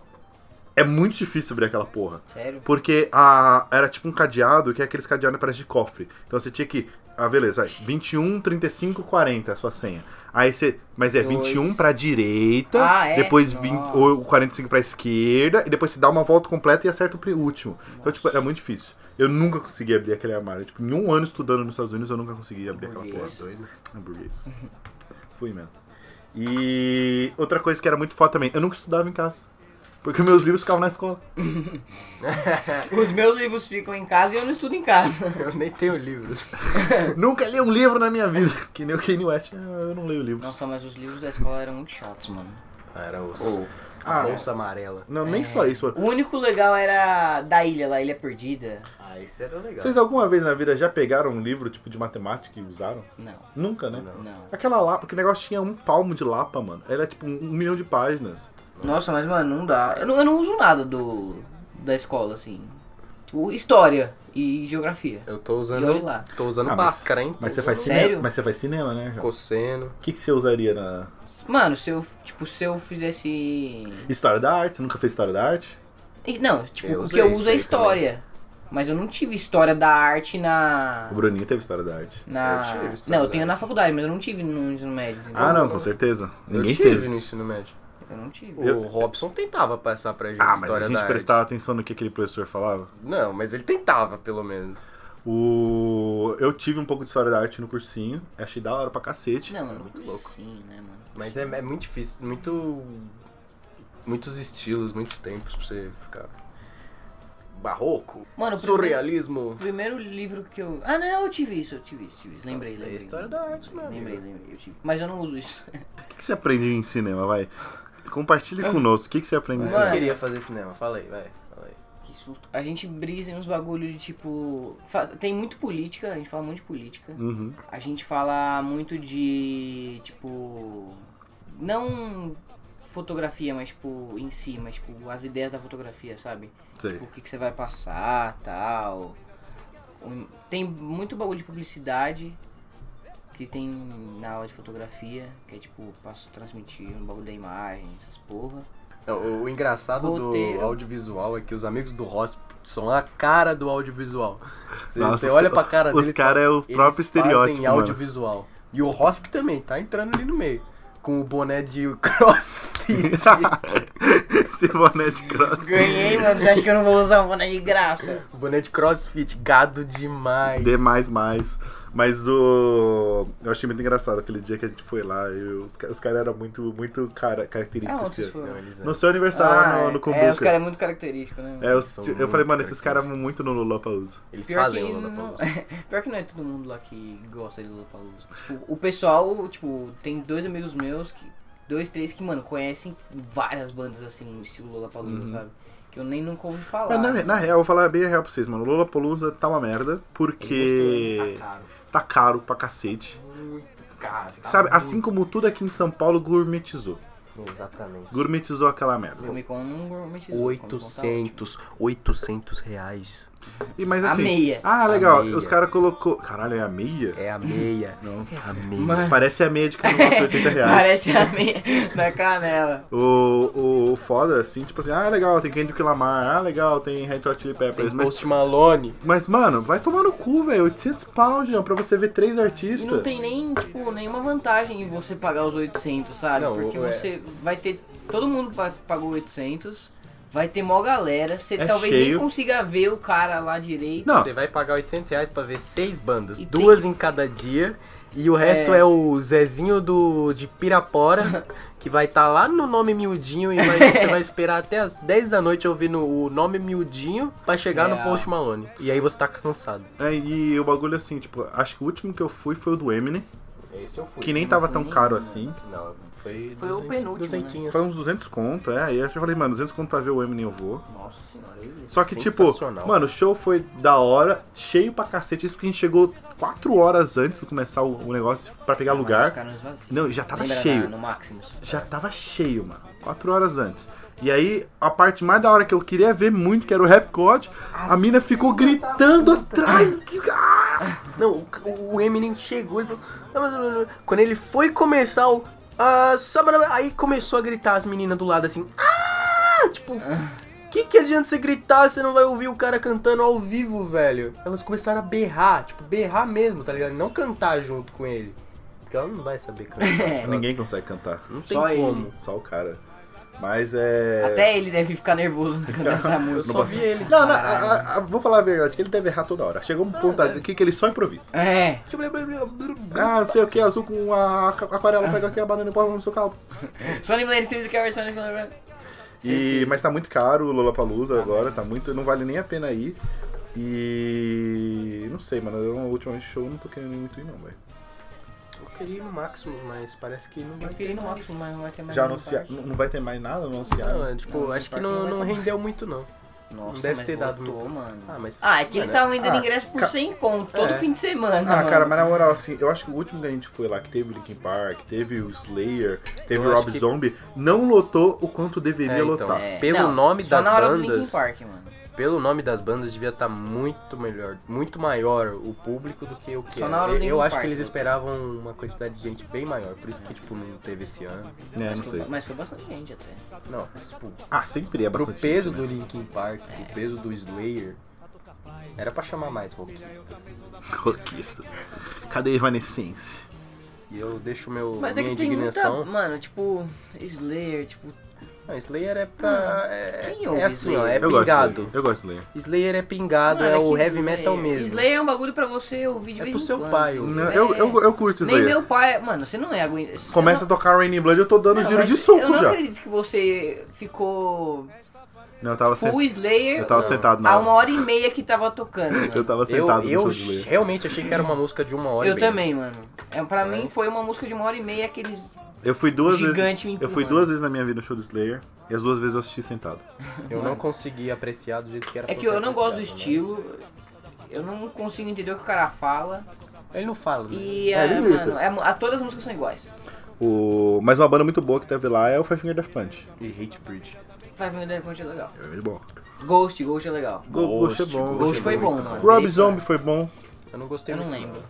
é muito difícil abrir aquela porra.
Sério?
Porque a, era tipo um cadeado, que é aqueles cadeados que parece de cofre. Então você tinha que. Ah, beleza, vai. 21, 35, 40 é a sua senha. Aí você. Mas é
Dois.
21 pra direita,
Ah, é?
depois 20,
Nossa.
ou 45 pra esquerda, e depois você dá uma volta completa e acerta o pri- último. Então, tipo, era muito difícil. Eu nunca consegui abrir aquele armário. Tipo, em um ano estudando nos Estados Unidos, eu nunca consegui abrir aquela porra.
Burguês.
Doido.
Hamburguês. Fui mesmo. E outra coisa que era muito foda também, eu nunca estudava em casa. Porque meus livros ficavam na escola.
Os meus livros ficam em casa e eu não estudo em casa.
Eu nem tenho livros.
Nunca li um livro na minha vida. Que nem o Kanye West, Ah, eu não leio livros.
Nossa, mas os livros da escola eram muito chatos, mano.
Ah, era osso.
Ah,
a bolsa amarela.
Não, nem só isso, mano.
O único legal era da ilha lá, Ilha Perdida.
Ah, isso era legal.
Vocês alguma vez na vida já pegaram um livro tipo de matemática e usaram?
Não,
Nunca, né?
não.
Aquela lapa, que negócio tinha um palmo de lapa, mano. Era tipo um, um milhão de páginas.
Nossa, mas mano, não dá. Eu não, eu não uso nada do da escola, assim. Tipo, história e geografia.
Eu tô
E
usando.
olha lá.
Tô usando
Ah, mas-
máscara, um hein?
Mas
Tô
você faz
usando
Sério?
cinema. Mas você faz cinema, né, João?
Cosseno.
O que, que você usaria na.
Mano, se eu, tipo, se eu fizesse...
História da arte? Você nunca fez história da arte?
E- Não, tipo,
Eu
o que eu
usei
uso é
isso aí também.
história. Mas eu não tive história da arte na...
O Bruninho teve história da arte.
na...
Eu tive história
não, eu
da
tenho
arte.
na faculdade, mas eu não tive no ensino médio, entendeu?
Ah, não, com certeza. Ninguém
eu tive né,
teve.
no ensino médio.
Eu não tive.
O Robson tentava passar pra gente
Ah, mas
história
a gente
da
prestava atenção no que aquele professor falava.
arte. Não, mas ele tentava, pelo menos.
O... Eu tive um pouco de história da arte no cursinho. Achei da hora pra cacete.
Não, mano,
Muito louco.
Sim, né, mano?
Mas é, é muito difícil, muito. Muitos estilos, muitos tempos pra você ficar. Barroco,
Mano, o primeiro-
surrealismo.
o primeiro livro que eu... Ah, não, eu tive isso, eu tive isso, tive isso. Lembrei,
Nossa, é
lembrei.
história da arte, meu
Lembrei,
amigo.
lembrei, eu tive. Mas eu não uso isso.
O que você aprende em cinema, vai? Compartilhe
Ah.
conosco. O que você aprende em
Mas
Mano.
cinema?
eu queria fazer cinema, falei, vai. Falei.
Que susto. A gente brisa em uns bagulho de tipo. fa- Tem muito política, a gente fala muito de política.
Uhum.
A gente fala muito de. Tipo. Não fotografia, mas tipo, em si, mas tipo, as ideias da fotografia, sabe?
Sei.
Tipo, o que, que você vai passar tal. Um- Tem muito bagulho de publicidade que tem na aula de fotografia, que é tipo, passo transmitir um bagulho da imagem, essas porra.
Não, É, o engraçado
Roteiro.
do audiovisual é que os amigos do Ross são a cara do audiovisual. Você,
Nossa,
você
os
olha
ca-
pra cara
os
deles.
cara é o
eles
próprio estereótipo,
Fazem
mano.
audiovisual. E o Rosp também tá entrando ali no meio. Com o boné de crossfit.
Esse boné de cross.
Ganhei, mano. Você acha que eu não vou usar um boné de graça?
o boné de crossfit, gado demais.
D mais mais. Mas o. Eu achei muito engraçado aquele dia que a gente foi lá. E os, ca- os caras eram muito, muito cara,
Ah, onde
característicos.
vocês
assim.
Não,
foram?
eles
no seu aniversário lá no, no
é. é, os
Cumbuca.
caras é muito característico, né? mano?
É, os-
São
eu
muito
falei, mano, esses caras
característicos.
vão muito no Lollapalooza.
Eles
Pior que,
fazem o
não,
Lollapalooza.
pior que não é todo mundo lá que gosta de Lollapalooza. Tipo, o pessoal, tipo, tem dois amigos meus, que, dois, três que, mano, conhecem várias bandas assim, estilo Lollapalooza,
Uhum.
sabe? Que eu nem nunca ouvi falar.
Mas É, na, na real, eu vou falar bem a real pra vocês, mano. O Lollapalooza tá uma merda, porque
Tá caro.
tá caro pra cacete.
Muito caro. tá
Sabe,
muito-
assim como tudo aqui em São Paulo gourmetizou.
Exatamente.
Gourmetizou aquela merda.
Comic Con não gourmetizou. Comic Con tá ótimo.
800, 800 reais.
E mas
A
assim.
meia.
Ah, legal.
A meia.
Os caras colocou. Caralho, é a meia?
É a meia.
Nossa.
É a meia.
Parece a meia de cara de 80 reais.
tipo, Parece a minha na canela.
O, o, o foda, assim, tipo assim, ah, legal, tem Kendrick Lamar, ah, legal, tem Red Hot Chili Peppers,
Tem
mas,
Post Malone.
mas, mano, vai tomar no cu, velho, 800 pau, Jean, pra você ver três
E
artistas.
não tem nem, tipo, nenhuma vantagem em você pagar os 800, sabe?
Não,
Porque
é.
você vai ter... Todo mundo pa- pagou 800, vai ter mó galera, você
É
talvez nem
cheio.
consiga ver o cara lá direito.
Não.
Você vai pagar 800 reais pra ver seis bandas,
E tem
duas em cada dia. E o resto é, o Zezinho do, de Pirapora, que vai estar lá no Nome Miudinho e vai- você vai esperar até as 10 da noite ouvindo o Nome Miudinho pra chegar no
Real.
Post Malone. E aí você tá cansado.
É, e o bagulho assim, tipo, acho que o último que eu fui foi o do Eminem,
Esse eu fui.
que nem tava tão caro assim.
Não, Foi, assim.
Foi o penúltimo, né?
duzentinhos.
Foi uns 200 conto, é. Aí eu falei, mano, 200 conto pra ver o Eminem eu vou.
Nossa senhora, eu ia.
Só que, tipo,
Sensacional.
mano, o show foi da hora, cheio pra cacete. Isso porque a gente chegou 4 horas antes de começar o, o negócio pra pegar
Os
lugar.
caras esvaziam.
Não, já tava
Lembra na-
cheio.
no Maximus.
Já tava cheio, mano. 4 horas antes. E aí, a parte mais da hora que eu queria ver muito, que era o Rap God, a mina ficou gritando
assim,
atrás.
né?
Que... Ah!
Não, o, o Eminem chegou e falou. "Não, não, não, não." Quando ele foi começar o. ah, sabe, aí começou a gritar as meninas do lado assim. Ah! Tipo. Que que adianta você gritar, você não vai ouvir o cara cantando ao vivo, velho? Elas começaram a berrar, tipo, berrar mesmo, tá ligado? Não cantar junto com ele. Porque ela não vai saber cantar.
É,
Ela-
Ninguém consegue cantar.
Não tem
Só ele.
como.
Só o cara. Mas é.
Até ele deve ficar nervoso antes de cantar essa
Eu
música.
só vi ele. Ah,
Não, não, a- a- a- vou falar a verdade, que ele deve errar toda hora. Chegou um ponto aqui que ele só improvisa.
É.
Tipo,
Ah, não sei o que, azul com a aquarela, pega aqui a banana e bota no seu carro.
Sony Blade teve que né, ver Sony Blade.
E, mas tá muito caro o Lollapalooza agora, tá muito, não vale nem a pena ir. E não sei, mano, eu ultimamente show eu não tô querendo muito ir não, velho.
Eu queria ir no Maximus, mas parece que não vai.
Eu queria ir no Maximus, mas não vai ter mais
Já
nenhum
anunciar,
parque.
não não vai ter mais nada
Não,
anunciado.
é, tipo,
Não,
acho que
parque não
não,
vai
não
ter mais.
rendeu muito, não.
Nossa,
Não deve
mas
ter dado
voltou,
muito.
mano.
Ah, mas-
Ah, é que eles
Mano,
estavam vendendo
ah,
ingresso por
ca-
100 conto todo
É.
fim de semana.
Ah, cara,
mano.
mas na moral, assim, eu acho que o último que a gente foi lá, que teve o Linkin Park, teve o Slayer, teve
Eu
o
acho
Rob
que-
Zombie, não lotou o quanto deveria
É, então,
lotar.
É.
Pelo
Não,
nome
só
das
na hora do
bandas-
Linkin Park, mano.
Pelo nome das bandas, devia estar muito melhor, muito maior o público do que o que
Só
era.
na hora do
Eu, eu
Linkin
acho
Park,
que eles
né?
esperavam uma quantidade de gente bem maior, por isso que tipo não teve esse ano.
É,
mas,
não
foi,
sei.
mas foi bastante gente até.
Não, mas, tipo,
Ah, sempre é
pro
bastante
peso
gente, né?
do Linkin Park, pro peso do Slayer, era pra chamar mais rockistas.
Roquistas. Cadê a Evanescence?
E eu deixo meu
Mas é
minha
que tem
indignação.
muita. Mano, tipo, Slayer, tipo.
Não, Slayer é pra é,
Hum, Quem ouve
é assim, ó, é
Slayer?
Eu gosto. de
pingado.
Slayer, Eu gosto de Slayer.
Slayer é pingado,
mano,
é
que
o heavy
Slayer-
metal mesmo.
Slayer é um bagulho pra você ouvir de
É
vez
pro
em
seu
quando.
pai
tá
ouvir.
Não,
ligado?
né? Eu, eu, eu curto
Nem
Slayer.
meu pai. Mano, você não é aguenta. você
Começa a tocar Raining Blood, eu tô dando
não-
giro
mas
de soco
Eu não
já.
acredito que você ficou
Não, eu tava, sen-
full Slayer
eu tava
Não.
sentado
a
na
uma hora e meia que tava tocando. mano.
Eu tava
Eu,
sentado
eu
no show de Slayer.
realmente achei que era uma música de uma hora. e
Eu
meia.
também, mano. É, pra mim foi uma música de uma hora e meia aqueles.
Eu fui duas
Gigante me
vezes. Eu fui
empurrando.
duas vezes na minha vida no show do Slayer. E as duas vezes eu assisti sentado.
Eu não consegui apreciar do jeito que era
É
pra
que eu não
apreciar,
gosto do
né?
estilo. Eu não consigo entender o que o cara fala.
Ele não fala, né?
E,
É,
é,
ele grita.
mano, é, a- todas as músicas são iguais.
O... Mas uma banda muito boa que teve lá é o Five Finger Death Punch.
E Hate Bridge.
Five Minute Death Punch é legal.
É muito bom.
Ghost, Ghost é legal.
Go- Ghost é bom.
Ghost
é
foi
bom.
bom, mano.
Rob
Bem-
Zombie foi bom.
Eu não gostei
Eu não
muito,
lembro.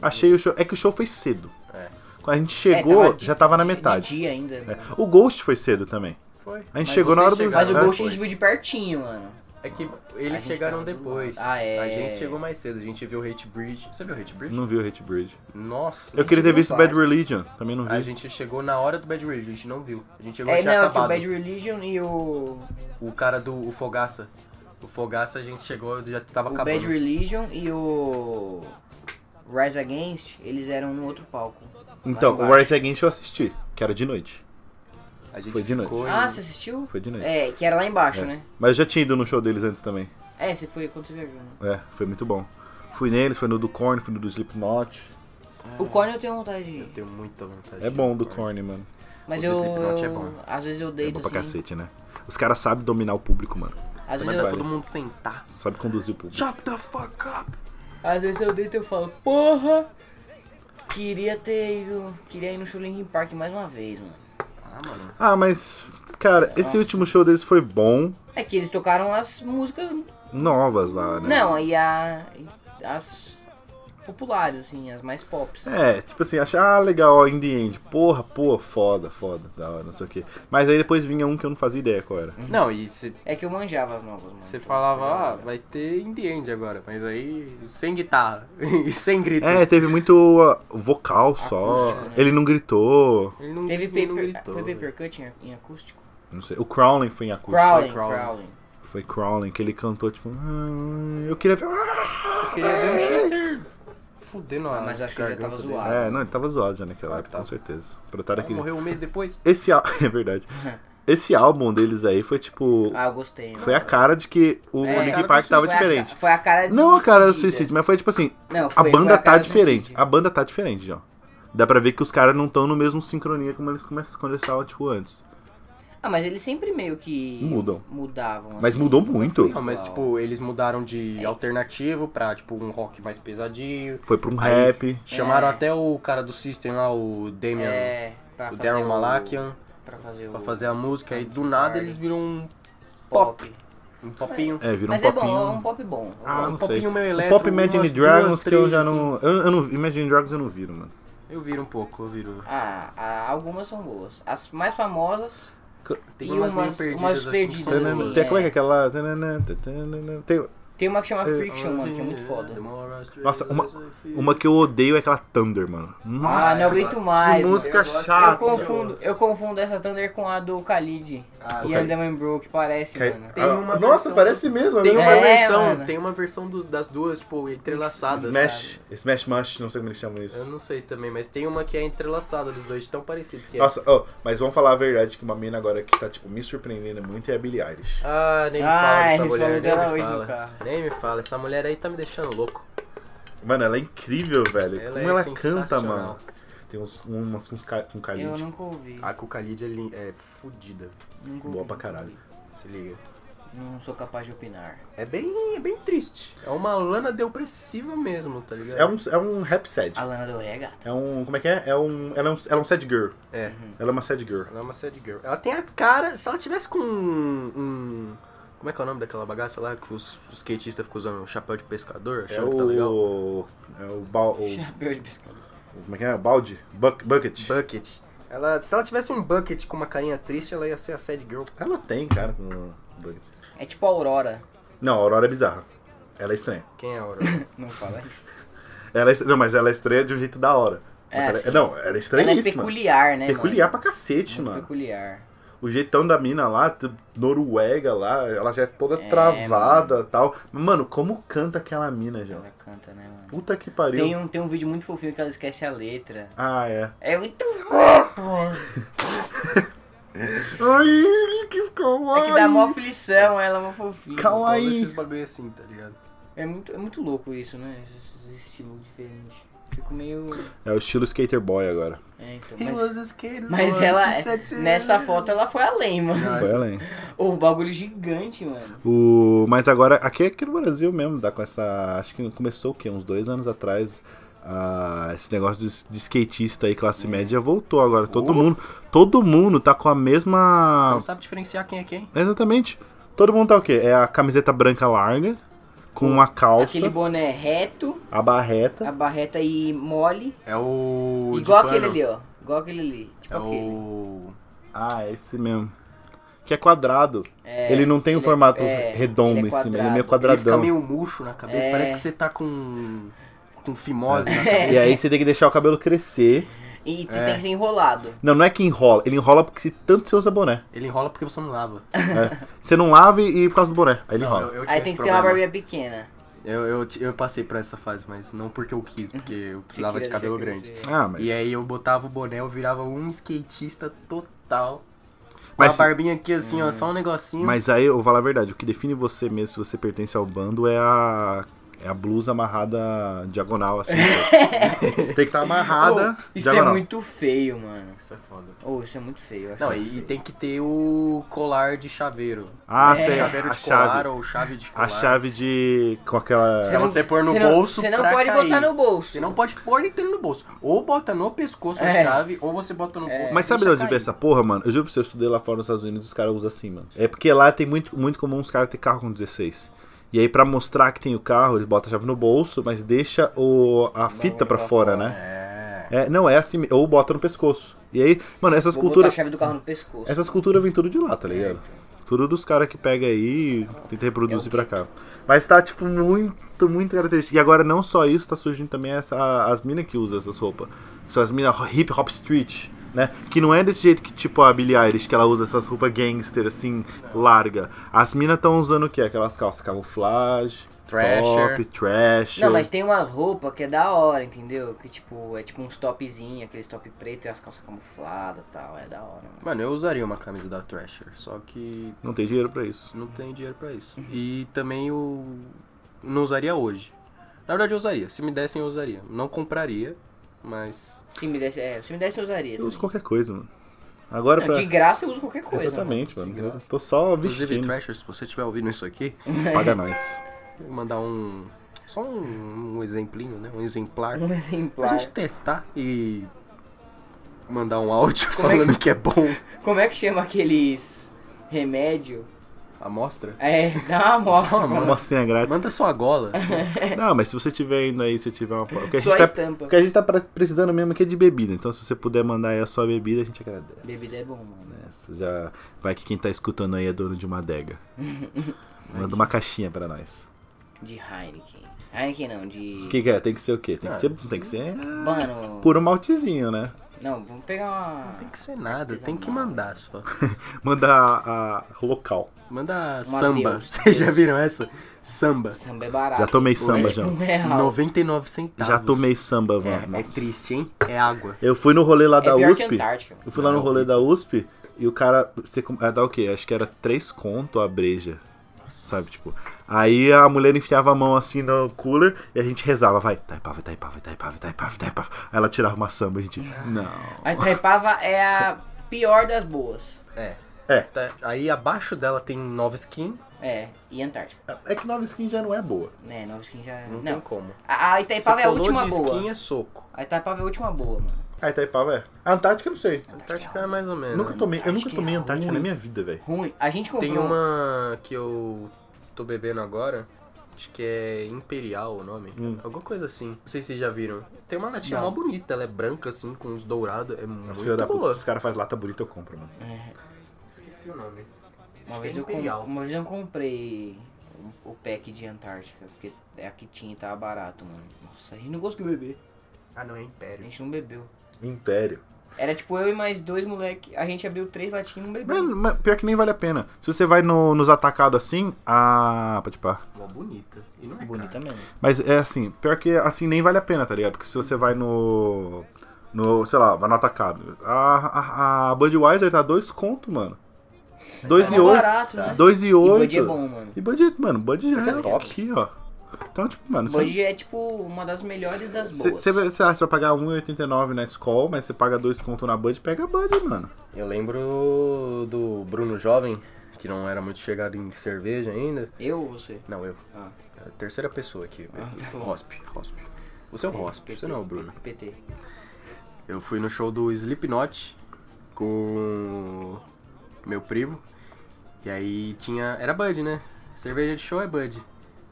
Achei o show. É que o show foi cedo.
É.
Quando a gente
É,
chegou,
de-
já tava na
de-
metade.
De dia ainda. mano.
É. O Ghost foi cedo também.
Foi.
A gente chegou na hora do-
Mas o
Cara,
Ghost a
É, depois.
gente viu de pertinho, mano.
É que
A
eles
gente
chegaram
tava do
depois.
lado. Ah, é.
A gente chegou mais cedo. A gente viu Hate Bridge. Você viu Hate Bridge?
Não vi o Hate Bridge.
Nossa.
Eu queria ter
viu
visto
vários.
Bad Religion. Também não vi.
A gente chegou na hora do Bad Bridge. A gente não viu. A gente chegou
É,
já
não, é que o
acabado.
Bad Religion e o.
O cara do o Fogaça. O Fogaça a gente chegou já tava
O
acabando.
Bad Religion e o. Rise Against, eles eram no outro palco. lá
Então, o
tá embaixo.
Rise Against eu assisti, que era de noite.
A gente
Foi de noite.
ficou em-
Ah, você assistiu?
Foi de noite.
É, que era lá embaixo,
É.
né?
Mas eu já tinha ido no show deles antes também.
É, você foi quando você viajou, né?
É, foi muito bom. Fui neles, foi no do Korn, fui no do Slipknot.
O Korn eu tenho vontade de
Eu
ir.
tenho muita vontade.
É bom do
Corn.
Korn, mano.
Mas
O
eu.
do Slipknot é bom.
eu- Às vezes eu
É
deito
bom pra
assim.
cacete, né? Os caras sabem dominar o público, mano.
Às vezes,
Mas
Também
dá
vale.
eu,
todo mundo sentar.
Sabe conduzir o público.
Chop the fuck up!
às vezes eu deito e eu falo, porra! Queria ter ido. Queria ir no show do Linkin Park mais uma vez, mano.
Ah, mano.
Ah, mas, cara, esse último show deles foi bom.
É que eles tocaram as músicas.
Novas lá, né?
Não, e a. e as populares, assim, as mais pops.
É, tipo assim, achar ah, legal, ó, in the end. Porra, pô, foda, foda, da hora, não sei o quê. Mas aí depois vinha um que eu não fazia ideia qual era.
Não, e se
É que eu manjava as novas, mano. então,
Você falava, ah, vai ter in the end agora, mas aí sem guitarra e sem gritos.
É, teve muito ah, vocal só.
Acústico, né?
Ele não gritou.
Ele não,
Teve
ele não
paper,
gritou, né?"
foi
velho.
paper cut em, em acústico?
Não sei. O Crowling foi em acústico.
Crowling,
Crowling.
Crowling.
Foi Crowling, que ele cantou tipo. "Ah, Eu queria ver.
Eu queria ver o Chester fudendo a
Ah, mas acho que ele já
garganta
tava
dele.
zoado.
É, não, ele tava zoado já naquela
Ah,
época,
tá.
com certeza. Brotaram
Ah,
aquele.
Morreu um mês depois.
Esse álbum. É verdade. Esse álbum deles aí foi tipo.
Ah, eu gostei. mano.
Foi a cara de que o
É,
Linkin
cara
Park
do
tava
Foi a ca-
diferente.
foi a cara de
Não a cara do
despedida.
suicídio, mas foi tipo assim.
Não,
A
foi- foi
banda
a
tá
cara do
diferente.
suicídio.
A banda tá diferente, João. Dá pra ver que os caras não estão no mesmo sincronia como eles começam quando eles estavam, tipo, antes.
Ah, mas eles sempre meio que.
Mudam.
Mudavam.
Mas mudou
nunca
muito.
foi
Não, mas
igual.
tipo, eles mudaram
É.
de alternativo pra, tipo, um rock mais pesadinho.
Foi pra um
Aí-
rap.
Chamaram até o cara do System lá, o Damian,
É, pra
o
fazer
Darren
o-
Malakian,
Pra fazer o.
pra fazer a música. Aí do
Party.
nada eles viram um,
pop.
um popinho.
É, virou
Mas
um
é bom,
popinho.
é um pop bom.
Ah,
um
não
popinho
sei.
meio
O
eletro,
Pop Imagine
umas
Dragons
duas,
que eu já
três,
não, eu, eu não. Imagine Dragons eu não viro, mano.
Eu viro um pouco, eu viro.
Ah, ah, algumas são boas. As mais famosas.
Tem
E
umas, meio
umas- umas
assim, que são
perdidas,
boas.
assim,
Tem,
é.
Como é que é aquela. tanana, tanana, Tem,
Tem uma que chama Friction, mano, que é muito foda.
nossa, uma, uma que eu odeio é aquela Thunder, mano. Nossa,
Ah, não aguento mais.
que
mano.
música
Eu
chata.
confundo, eu confundo essa Thunder com a do Khalid.
Ah,
e
ok.
a Damon Brook, parece,
Cai-
mano.
Tem uma
Ah,
versão-
Nossa, parece mesmo.
Tem
né?
uma
É,
versão,
mano.
tem uma versão dos- das duas, tipo, entrelaçadas.
Smash. Smash Mush, não sei como eles chamam
Eu
isso.
não sei também, mas tem uma que é entrelaçada dos dois, tão parecido que é.
Nossa, ó, mas vamos falar a verdade que uma mina agora que tá, tipo, me surpreendendo muito é a Billie Eilish.
Ah, nem me
Ah,
fala
a
dessa
gente
mulher,
falou
nem
dela
me
hoje no
fala.
carro.
Nem me fala, essa mulher aí tá me deixando louco.
Mano, ela é incrível, velho.
Ela
Como
é
ela canta,
sensacional.
mano. Tem uns, umas, uns ca- um
Eu
carinho
nunca ouvi.
A Cucalid é, lin- é fodida,
nunca
boa
ouvi,
pra
nunca
caralho.
ouvi.
se liga.
Não sou capaz de opinar.
É bem, é bem triste. É uma lana depressiva mesmo, tá ligado?
É um, é um rap sad.
A Lana Del Rey é gata.
É um. Como é que é? É um. Ela é um, ela é um sad girl.
É.
Ela é uma sad girl.
Ela é uma sad girl. Ela tem a cara. Se ela tivesse com um. um- como é que é o nome daquela bagaça lá que os, os skatistas ficam usando? Um chapéu de pescador?
É
Achando que tá legal?
o. É o, bal, o.
Chapéu de pescador.
Como é que é? Balde? Buck- bucket.
Bucket. Ela, se ela tivesse um bucket com uma carinha triste, ela ia ser a sad girl.
Ela tem, cara. com bucket.
É tipo a Aurora.
Não, a Aurora é bizarra. Ela é estranha.
Quem é a Aurora?
Não fala isso.
Ela é estra- Não, mas ela é estranha de um jeito da hora. Mas
É,
ela-
sim.
Não, ela é
Ela é
estranhíssima.
peculiar, né, mano?
Peculiar pra cacete,
Muito
mano.
peculiar.
O jeitão da mina lá, tu- Noruega lá, ela já é toda travada e tal. Mas, mano, como canta aquela mina, já?
Ela canta, né, mano?
Puta que pariu.
Tem um, tem um vídeo muito fofinho que ela esquece a letra.
Ah, é.
É muito fofo!
Ai, que kawaii.
É que dá mó aflição, ela é mó fofinha.
Calma.
Só
aí.
desses bagulho assim, tá ligado?
É muito, é muito louco isso, né? Esse, esse estilo diferente. Fico meio.
É o estilo skater boy agora.
É, então.
He
Mas,
was a skater
mas
boy,
ela. é
she said to-
Nessa foto ela foi além, mano.
Nossa.
Foi além.
O bagulho gigante, mano.
O... Mas agora, aqui, aqui no Brasil mesmo, dá com essa. Acho que começou o quê? Uns dois anos atrás. ah, esse negócio de, de skatista aí, classe
É.
média, voltou agora. Todo mundo. Todo mundo tá com a
Você
mesma.
não sabe diferenciar quem é quem?
Exatamente. Todo mundo tá o quê? É a camiseta branca larga, com uma calça,
Aquele boné reto,
a barreta.
a barreta e mole.
É o. de
igual
pano.
aquele ali, ó. Igual aquele ali. Tipo
É
aquele.
o.
Ah, é esse mesmo. Que é quadrado.
É,
ele não tem um
ele é-
formato
é,
redondo
ele é
em cima, ele é meio
Ele fica
quadradão.
meio murcho na cabeça,
É.
parece que você tá com. com fimose na
É.
cabeça.
E aí você tem que deixar o cabelo crescer.
E tu
É.
tem que ser enrolado.
Não, não é que enrola, ele enrola porque se tanto você usa boné.
Ele enrola porque você não lava.
É. Você não lava e, e por causa do boné. Aí ele
Não,
enrola.
eu- eu tinha
Aí tem
esse
que ter uma
problema.
barbinha pequena.
Eu, eu, ti- eu passei por essa fase, mas não porque eu quis, porque eu
Se
precisava de
queria
cabelo
crescer.
grande.
Ah, mas.
E aí eu botava o boné, eu virava um skatista total. Com
Mas
a
se-
barbinha aqui assim, ó, só um negocinho.
mas aí eu vou falar a verdade, o que define você mesmo se você pertence ao bando é a. É a blusa amarrada diagonal, assim. tem que estar amarrada.
Oh, isso é
diagonal.
muito feio, mano.
Isso é foda.
Oh, isso é muito feio. eu acho
Não,
muito
e, e
feio.
tem que ter o colar de chaveiro.
Ah,
É,
sei.
chaveiro
A
de colar
chave.
ou chave de colar. assim. é
A chave de. com aquela.
Pra você pôr no
você não-
bolso
Você não
pra
pode
cair.
botar no bolso.
Você não pode pôr inteiro no bolso. Ou bota no pescoço
É.
a chave, ou você bota no bolso.
Mas
e
sabe de
deixa
onde vem
cair.
essa porra, mano? Eu juro pra você, eu estudei lá fora nos Estados Unidos os caras usam assim, mano. É porque lá tem muito, muito comum os caras ter carro com 16. E aí, pra mostrar que tem o carro, eles botam a chave no bolso, mas deixa o, a fita pra
pra
fora,
fora,
né?
É.
É, não, é assim, ou bota no pescoço. E aí, mano, essas
Vou botar a
culturas.
chave do carro no É. pescoço.
Essas culturas vêm tudo de lá, tá ligado? Tudo dos caras que pega aí e tenta
É
reproduzir pra cá. Mas tá, tipo, muito, muito característico. E agora, não só isso, tá surgindo também essa, as minas que usam essas roupas. São as minas hip hop street, né? Que não é desse jeito que, tipo, a Billie Eilish, que ela usa essas roupas gangster, assim, larga. As minas estão usando o quê? Aquelas calças camuflage,
Thrasher.
top, trash.
Não, mas tem umas roupas que é da hora, entendeu? Que tipo, é tipo uns topzinhos, aqueles top preto e as calças camufladas e tal. É da hora, mano.
Mano, eu usaria uma camisa da Thrasher, só que
Não tem dinheiro pra isso.
Tipo, não tenho dinheiro pra isso. E também eu não usaria hoje. Na verdade, eu usaria. Se me dessem, eu usaria. Não compraria, mas
Se me desse, é, se me desse eu usaria.
Eu uso
também.
qualquer coisa, mano. Agora
Não,
pra.
de graça eu uso qualquer coisa.
Exatamente, mano. Eu tô só
Inclusive,
vestindo.
Trashers, se você estiver ouvindo isso aqui,
Paga nós.
vou mandar um. Só um, um exemplinho, né? Um exemplar.
mano. Um
Pra
exemplar.
gente testar e mandar um áudio falando que é bom.
Como é que chama aqueles remédio?
Amostra?
É, dá uma amostra.
Não,
mano.
Mostrinha grátis.
Manda sua gola.
Não, mas se você tiver indo aí, se tiver uma. Porque a
Só
gente,
a
tá,
estampa.
porque a gente tá pre- precisando mesmo que é de bebida. Então, se você puder mandar aí a sua bebida, a gente agradece.
Bebida é bom, mano.
É, isso já vai que quem tá escutando aí é dono de uma adega. Manda uma caixinha pra nós.
De Heineken. Heineken não, de.
O que, que é? Tem que ser o quê? Tem que
Ah.
ser, tem que ser é,
Mano.
puro maltezinho, né?
Não, vamos pegar uma.
Tem que ser nada, tem que mandar só.
Manda a, a local.
Manda
Uma
samba.
Deus,
Vocês já
Deus.
viram essa? Samba.
Samba é barato.
Já tomei
Pô,
samba,
é tipo
já.
um real.
99 centavos.
Já tomei samba, mano.
Tá, É, é
Nossa.
triste, hein? É água.
Eu fui no rolê lá
É
da
pior que
USP.
Antártica.
Eu fui lá no rolê da USP e o cara. Você com- ah, dá o quê? Acho que era três conto a breja. Sabe, tipo. Aí a mulher enfiava a mão assim no cooler e a gente rezava, vai, tá taipava, taipava, taipava, taipava, taipava. Aí ela tirava uma samba, a gente. Não.
A Itaipava é a pior das boas.
É.
É.
Tá- Aí abaixo dela tem nova skin.
É, e Antártica.
É que nova skin já não é boa.
Né, Nova Skin já.
Não,
Não,
tem como.
A, a
Você
Itaipava é a
colou
última
de
boa.
skin é soco.
A Itaipava é a última boa, mano.
Ah, Itaipava é. A Antártica eu não sei.
Tá
Antártica é mais ou menos.
Nunca tomei, eu nunca
Antártica
tomei
é
Antártica na minha vida, velho.
Ruim. A gente comprou.
Tem uma que eu tô bebendo agora, acho que é Imperial o nome, alguma coisa assim. Não sei se vocês já viram. Tem uma latinha
Não.
mó bonita, ela é branca assim, com uns dourados, é
Nossa,
muito
filha da puta,
boa.
se os caras fazem lata bonita, eu compro, mano.
Esqueci o nome.
Uma vez, eu com-
Imperial.
uma vez eu comprei um- o pack de Antártica, porque é a que tinha e tava barato, mano. Nossa, a gente não conseguiu beber.
Ah não, é
A
Império.
gente não bebeu.
Império.
Era tipo eu e mais dois moleque. A gente abriu três latinhas e não bebeu.
Mano, mas pior que nem vale a pena. Se você vai no- nos atacados assim, ah, pode pá.
Mó bonita. E não é
Bonita
cara.
mesmo.
Mas é assim, pior que assim nem vale a pena, tá ligado? Porque se você vai no. No, sei lá, vai no atacado. A, a, a Budweiser tá dois conto, mano. Dois
Tá
e
mó
oito.
barato, né?
Dois e
E
oito.
Bud é bom, mano.
E Bud, mano, Bud já
Bud é
é
top.
aqui, ó. Então, tipo, mano, você-
Bud é tipo uma das melhores das
você
é boas.
você vai sei lá, você vai pagar 1,89 na escola, mas você paga dois conto na Bud, pega a Bud, mano.
Eu lembro do Bruno Jovem, que não era muito chegado em cerveja ainda.
Eu ou você?
Não, eu.
Ah.
É a terceira pessoa aqui.
Ah, tá bom.
Rospe, Rospe. Você é o Rospe, você não é o Bruno.
PT.
Eu fui no show do Slipknot com meu primo. E aí tinha. Era Bud, né? Cerveja de show é Bud.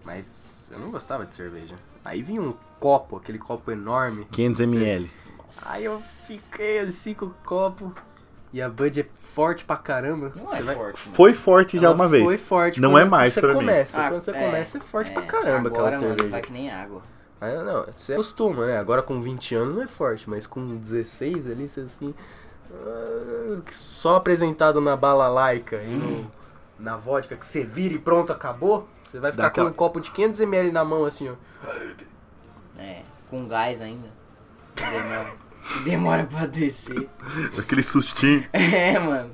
Mas eu não gostava de cerveja. Aí vinha um copo, aquele copo enorme.
500ml.
Aí eu fiquei assim com o copo. E a Bud é forte pra caramba.
Não
Você
é
vai-
forte. mano.
Foi forte já é
Ela
uma vez.
Foi forte.
Não
quando
é mais
você
pra mim.
começa.
Ah,
quando você
é,
começa é forte
é,
pra
agora, tá
caramba aquela
mano,
cerveja.
vai que nem água.
Ah, não, você acostuma, né? Agora com 20 anos não é forte, mas com 16 ali, você assim. ah, Só apresentado na bala laica e no, na vodka que você vira e pronto, acabou. Você vai ficar
Dá aquela-
com um copo de 500ml na mão assim, ó.
É, com gás ainda. Demora, demora pra descer.
Aquele sustinho.
É, mano.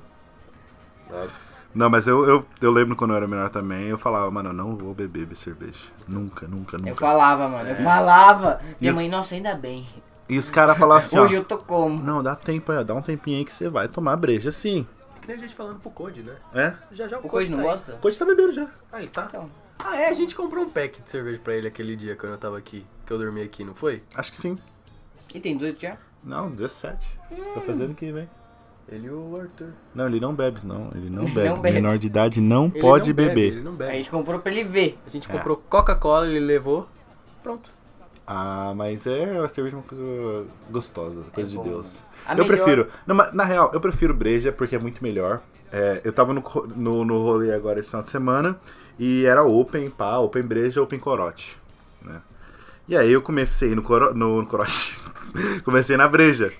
Nossa.
Não, mas eu, eu, eu lembro quando eu era menor também, eu falava, mano, eu não vou beber cerveja. Nunca, nunca, nunca.
Eu falava, mano, eu falava. Minha
Isso.
mãe, nossa, ainda bem.
E os caras falavam assim, ó,
Hoje eu tô como?
não, dá tempo aí, ó, dá um tempinho aí que você vai tomar breja, sim.
É que nem a gente falando pro Code, né?
É?
Já já o,
O Coisa não
tá aí.
gosta?
O Coach tá bebendo já.
Ah, ele tá?
Então.
Ah, é, a gente comprou um pack de cerveja pra ele aquele dia quando eu tava aqui. Que eu dormi aqui, não foi?
Acho que sim.
Ele tem 18 já?
Não, 17. Tá fazendo o que vem.
Ele e o Arthur.
Não, ele não bebe, não. Ele não bebe.
bebe.
Menor de idade não
Ele
pode
não
beber.
Bebe, ele não
A
bebe.
gente comprou pra ele ver.
É. A gente comprou Coca-Cola, ele levou. Pronto.
Ah, mas é a cerveja é uma coisa gostosa, coisa de
bom,
Deus.
né? A
eu
melhor-
prefiro. Não, mas, na real, eu prefiro breja porque é muito melhor. É, eu tava no, co- no, no rolê agora esse final de semana e era open, pá, open breja, open corote. Né? E aí eu comecei no, coro, no, no corote. comecei na breja.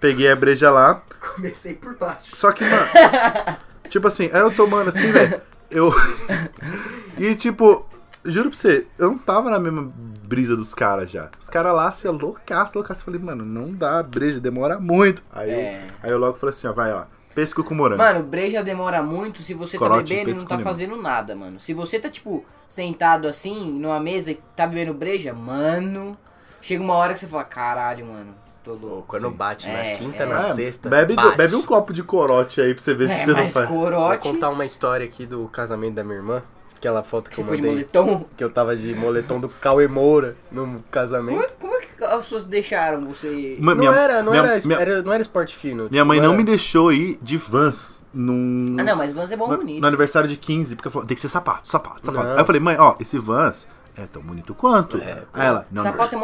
Peguei a breja lá.
Comecei por baixo.
Só que, mano. tipo assim, aí eu tomando assim, velho. Eu. e tipo, juro pra você, eu não tava na mesma brisa dos caras já. Os caras lá, assim, loucaço, loucaço. Eu Falei, mano, não dá breja, demora muito. Aí,
É.
eu, aí eu logo falei assim, ó, vai lá. Pesco com morango.
Mano, breja demora muito se você
Corote de
tá bebendo e não
peixe
tá
com
fazendo nada, mano. Se você tá, tipo, sentado assim, numa mesa e tá bebendo breja, mano. Chega uma hora que você fala, caralho, mano. Tô todo.
Pô, quando
Sim.
bate
É,
na quinta,
é.
na
É,
sexta.
bebe, do-
bate.
bebe um copo de corote aí pra você ver se
É,
você não
mas
faz.
Vou
corote.
contar uma história aqui do casamento da minha irmã. Aquela foto que
Você
eu
foi de
mandei.
moletom?
Que eu tava de moletom do Cauê Moura no
Como é,
casamento.
como é que as pessoas deixaram você.
Ma-
Não
minha-
era, não
minha-
era, es-
minha-
era- não era esporte fino.
Minha mãe
tipo,
não
era-
me deixou ir de Vans num.
Ah, não, mas Vans é bom
no,
bonito.
no aniversário de 15, porque ela falou, tem que ser sapato, sapato, sapato.
Não. É,
Aí eu falei, mãe, ó, esse Vans é tão bonito quanto. Aí ela, não, não,
Sapato é mó
Sapato é